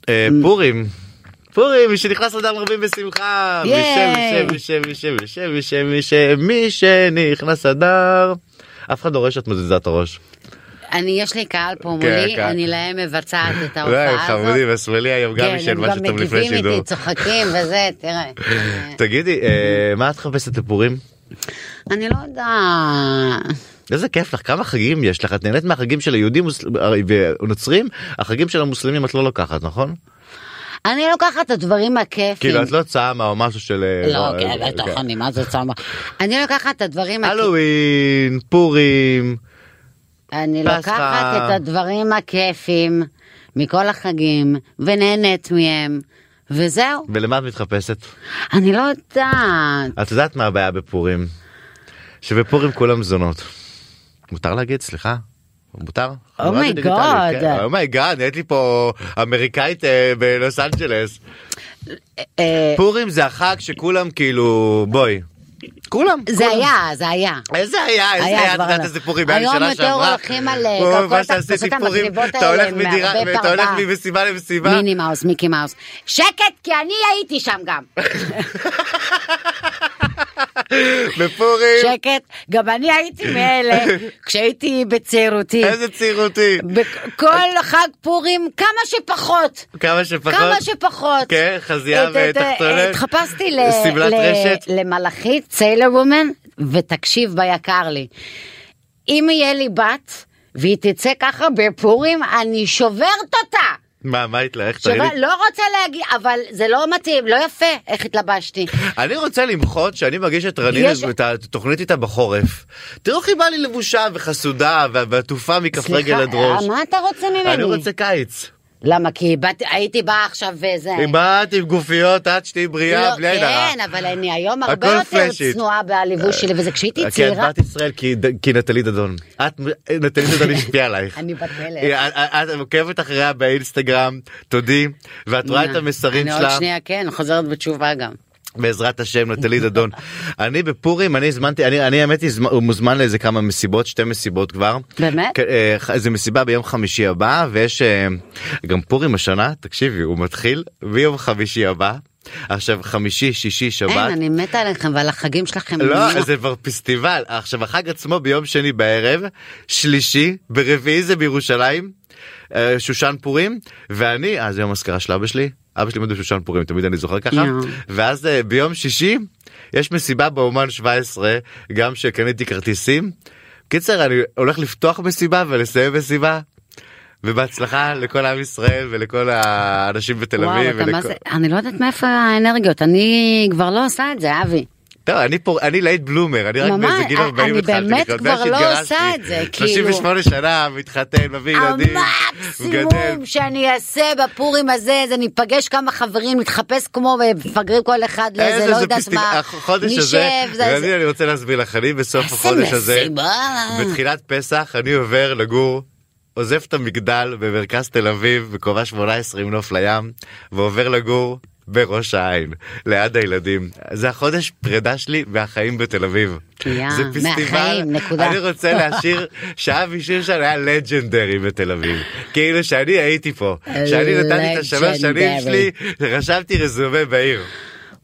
Speaker 2: אה, פורים. פורים, מי שנכנס לדם רבים בשמחה, מי
Speaker 3: ייי.
Speaker 2: ש- מי ש- מי ש- מי ש- מי ש- מי ש- מי שנכנס לדר. אף אחד לא רואה שאת מזיזה את הראש.
Speaker 3: אני, יש לי קהל פה
Speaker 2: כן,
Speaker 3: מולי,
Speaker 2: קהל.
Speaker 3: אני להם מבצעת את
Speaker 2: וואי,
Speaker 3: ההופעה הזאת.
Speaker 2: חמודי, ושמאלי היום גם
Speaker 3: כן,
Speaker 2: ישן
Speaker 3: הם
Speaker 2: משהו טוב לפני
Speaker 3: מגיבים
Speaker 2: שידור.
Speaker 3: איתי, צוחקים וזה, תראה.
Speaker 2: תגידי, אה, מה את חפשת לפורים?
Speaker 3: אני לא יודעת.
Speaker 2: איזה כיף לך, כמה חגים יש לך? את נהנית מהחגים של היהודים מוסל- אה, ונוצרים, החגים של המוסלמים את לא לוקחת, נכון?
Speaker 3: כן. אני לוקחת את הדברים הכיפים.
Speaker 2: כאילו את לא צמה או משהו של... אה,
Speaker 3: לא, כן,
Speaker 2: אה,
Speaker 3: בטח,
Speaker 2: כן.
Speaker 3: אני מה זה צמה. אני לוקחת את הדברים הכיפים.
Speaker 2: הלואוין, פורים,
Speaker 3: אני
Speaker 2: פסחא.
Speaker 3: לוקחת את הדברים הכיפים. מכל החגים, ונהנית מהם, וזהו.
Speaker 2: ולמה את מתחפשת?
Speaker 3: אני לא יודעת.
Speaker 2: את יודעת מה הבעיה בפורים? שבפורים כולם זונות. מותר להגיד סליחה? מותר? חברה
Speaker 3: Oh my
Speaker 2: דיגיטלית,
Speaker 3: God.
Speaker 2: כן. Oh my God, נהיית לי פה אמריקאית אה, בלוס אנג'לס.
Speaker 3: אה,
Speaker 2: פורים זה החג שכולם כאילו בואי. כולם.
Speaker 3: זה
Speaker 2: כולם.
Speaker 3: היה, זה היה.
Speaker 2: איזה היה, איזה
Speaker 3: היה
Speaker 2: היה, את
Speaker 3: כבר
Speaker 2: יודעת
Speaker 3: היה.
Speaker 2: איזה פורים היה לי
Speaker 3: היום
Speaker 2: שנה
Speaker 3: יותר
Speaker 2: שעברה.
Speaker 3: הולכים על, אה,
Speaker 2: אוי,
Speaker 3: כל- כל
Speaker 2: מה שעשיתי
Speaker 3: התחפושות
Speaker 2: פורים,
Speaker 3: המגניבות
Speaker 2: אתה
Speaker 3: האלה
Speaker 2: הולך
Speaker 3: עם
Speaker 2: מדירה-
Speaker 3: הרבה
Speaker 2: אתה הולך
Speaker 3: פרווה.
Speaker 2: ממסיבה למסיבה.
Speaker 3: מיני מאוס, מיקי מאוס. שקט, כי אני הייתי שם גם.
Speaker 2: בפורים,
Speaker 3: שקט, גם אני הייתי מאלה, כשהייתי בצעירותי.
Speaker 2: איזה צעירותי.
Speaker 3: בכל חג פורים, כמה שפחות.
Speaker 2: כמה שפחות.
Speaker 3: כמה שפחות.
Speaker 2: כן, חזייה
Speaker 3: את- את-
Speaker 2: ותחתונת.
Speaker 3: התחפשתי ל-
Speaker 2: שמלת
Speaker 3: ל-
Speaker 2: רשת.
Speaker 3: למלאכית, סיילר וומן, ותקשיב ביקר לי. אם יהיה לי בת, והיא תצא ככה בפורים, אני שוברת אותה.
Speaker 2: מה, מה התלהך? תגידי.
Speaker 3: שובר, לא רוצה להגיד, אבל זה לא מתאים, לא יפה איך התלבשתי.
Speaker 2: אני רוצה למחות שאני מגיש את רנין
Speaker 3: יש-
Speaker 2: את התוכנית איתה בחורף. תראו איך היא באה לי לבושה וחסודה ו- ועטופה מכף רגל עד ראש.
Speaker 3: אה, מה אתה רוצה ממני?
Speaker 2: אני רוצה קיץ.
Speaker 3: למה? כי באת- הייתי באה עכשיו וזה...
Speaker 2: היא באת עם גופיות, את שתהיי בריאה,
Speaker 3: אה. לא,
Speaker 2: בלי עין הרע.
Speaker 3: כן, אבל אני היום הרבה
Speaker 2: הכל אה,
Speaker 3: יותר
Speaker 2: פלאשית.
Speaker 3: צנועה בליבוש שלי, וזה כשהייתי
Speaker 2: כי כן, את
Speaker 3: צעירה.
Speaker 2: בת ישראל כי- כי נטלי דדון. את נטלי דדון השפיעה עלייך.
Speaker 3: אני בת מלך.
Speaker 2: היא- את- את את עוקבת אחריה באינסטגרם, תודי, ואת רואה את המסרים
Speaker 3: אני
Speaker 2: שלה.
Speaker 3: עוד שנייה, כן, חוזרת בתשובה גם.
Speaker 2: בעזרת השם נטלי דדון. אני בפורים, אני הזמנתי, אני אני האמת היא זמ- מוזמן לאיזה כמה מסיבות, שתי מסיבות כבר.
Speaker 3: באמת?
Speaker 2: כן, אה, ח- זה מסיבה ביום חמישי הבא ויש אה, גם פורים השנה, תקשיבי, הוא מתחיל ביום חמישי הבא. עכשיו חמישי, שישי, שבת.
Speaker 3: אין, אני מתה עליכם ועל החגים שלכם.
Speaker 2: לא,
Speaker 3: אני-
Speaker 2: זה כבר פסטיבל. עכשיו, החג עצמו ביום שני בערב, שלישי, ברביעי זה בירושלים, אה, שושן פורים, ואני, אז יום אזכרה של אבא שלי, אבא שלי לימד בשושן פורים, תמיד אני זוכר ככה,
Speaker 3: יואו.
Speaker 2: ואז אה, ביום שישי, יש מסיבה באומן 17, גם שקניתי כרטיסים. קיצר, אני הולך לפתוח מסיבה ולסיים מסיבה. ובהצלחה לכל עם ישראל ולכל האנשים בתל
Speaker 3: וואו,
Speaker 2: אביב.
Speaker 3: אתה מה
Speaker 2: ולכל-
Speaker 3: זה- אני לא יודעת מאיפה האנרגיות, אני כבר לא עושה את זה, אבי.
Speaker 2: טוב, אני פה, אני לייט בלומר, אני רק
Speaker 3: ממש, אה,
Speaker 2: באיזה גיל
Speaker 3: אני
Speaker 2: 40 התחלתי
Speaker 3: באמת
Speaker 2: לקראת,
Speaker 3: כבר
Speaker 2: מאז
Speaker 3: לא
Speaker 2: שהתגרשתי,
Speaker 3: עושה את זה, כאילו.
Speaker 2: 38 שנה, מתחתן, מביא ילדים, מגדל.
Speaker 3: המקסימום שאני אעשה בפורים הזה זה ניפגש כמה חברים נתחפש כמו מפגרים כל אחד לאיזה לא
Speaker 2: זה
Speaker 3: יודעת
Speaker 2: פסטיבל,
Speaker 3: מה
Speaker 2: החודש
Speaker 3: נשב,
Speaker 2: הזה,
Speaker 3: זה-
Speaker 2: ואני
Speaker 3: זה-
Speaker 2: אני רוצה להסביר לך, אני בסוף
Speaker 3: איזה
Speaker 2: החודש הזה,
Speaker 3: מסיבה.
Speaker 2: בתחילת פסח, אני עובר לגור. עוזב את המגדל במרכז תל אביב, בקומה 18 עם נוף לים, ועובר לגור בראש העין, ליד הילדים. זה החודש פרידה שלי מהחיים בתל אביב.
Speaker 3: יא,
Speaker 2: זה פסטיבל,
Speaker 3: מהחיים, נקודה.
Speaker 2: אני רוצה להשאיר, שאבי שושן היה לג'נדרי בתל אביב. כאילו שאני הייתי פה, שאני נתתי את השלוש שנים שלי,
Speaker 3: לג'נדרי.
Speaker 2: רשמתי רזומה בעיר.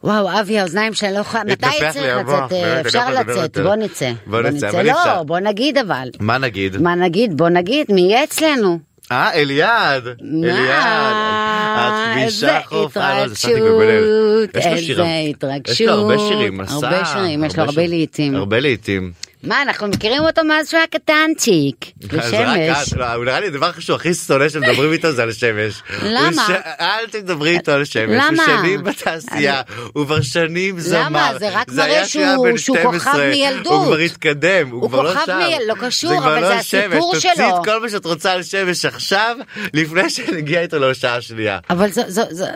Speaker 3: וואו אבי האוזניים שלי לא יכולה מתי
Speaker 2: התנפח לי
Speaker 3: צריך
Speaker 2: המוח,
Speaker 3: לצאת
Speaker 2: באמת,
Speaker 3: אה,
Speaker 2: אני לא
Speaker 3: אפשר
Speaker 2: יכול לדבר
Speaker 3: לצאת
Speaker 2: יותר.
Speaker 3: בוא נצא
Speaker 2: בוא נצא, אבל אי אפשר.
Speaker 3: לא בוא נגיד אבל
Speaker 2: מה נגיד?
Speaker 3: מה נגיד בוא נגיד מי יהיה אצלנו
Speaker 2: אה, אליעד, אליעד,
Speaker 3: מה?
Speaker 2: את
Speaker 3: איזה
Speaker 2: כבישה חוף, אה, לא, זה סטטיק
Speaker 3: התרגשות,
Speaker 2: בבלל. יש לו
Speaker 3: איזה
Speaker 2: שירים. יש לו הרבה שירים,
Speaker 3: התרגשות,
Speaker 2: מסע.
Speaker 3: הרבה שירים, יש לו הרבה
Speaker 2: שירים.
Speaker 3: לעיתים.
Speaker 2: הרבה לעיתים.
Speaker 3: מה אנחנו מכירים אותו מאז שהוא היה קטנצ'יק
Speaker 2: אז רק
Speaker 3: בשמש
Speaker 2: את, לא, הוא נראה לי הדבר שהוא הכי שונא שמדברים איתו זה על שמש.
Speaker 3: למה?
Speaker 2: הוא ש- אל תדברי איתו על שמש.
Speaker 3: למה?
Speaker 2: הוא שנים בתעשייה, הוא כבר שנים זמר.
Speaker 3: זה רק
Speaker 2: זה
Speaker 3: מראה
Speaker 2: היה כשהוא היה
Speaker 3: שהוא-
Speaker 2: בן
Speaker 3: שהוא כוכב
Speaker 2: 12, הוא
Speaker 3: מילדות.
Speaker 2: כבר התקדם, הוא
Speaker 3: הוא
Speaker 2: כבר לא שם.
Speaker 3: כוכב מיל- לא קשור,
Speaker 2: כבר
Speaker 3: אבל
Speaker 2: לא
Speaker 3: זה הסיפור
Speaker 2: שמש. תוציא
Speaker 3: שלו.
Speaker 2: את כל מה שאת רוצה על שמש עכשיו, לפני שנגיע איתו להושעה שנייה.
Speaker 3: אבל זה זה זה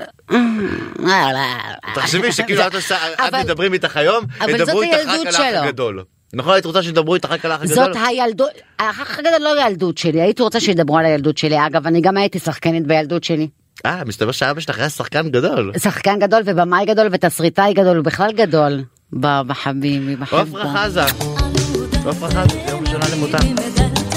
Speaker 3: אה,
Speaker 2: תחשבי שכאילו את עושה, את
Speaker 3: אבל-
Speaker 2: מדברים איתך היום,
Speaker 3: אבל
Speaker 2: ידברו
Speaker 3: זאת
Speaker 2: איתך רק
Speaker 3: הילדות
Speaker 2: על האח
Speaker 3: שלו.
Speaker 2: הגדול. נכון? היית רוצה שידברו איתך רק על האח הגדול?
Speaker 3: זאת הילדות, האח הגדול לא ילדות שלי, הייתי רוצה שידברו על הילדות שלי, אגב, אני גם הייתי שחקנית בילדות שלי.
Speaker 2: אה, מסתבר שאבא שלך היה שחקן גדול.
Speaker 3: שחקן גדול ובמאי גדול ותסריטאי גדול, הוא בכלל גדול. ב- בחביבי, בחביבי.
Speaker 2: עפרה חזה. עפרה חזה, יום ראשונה למותה.
Speaker 1: Dime, dale.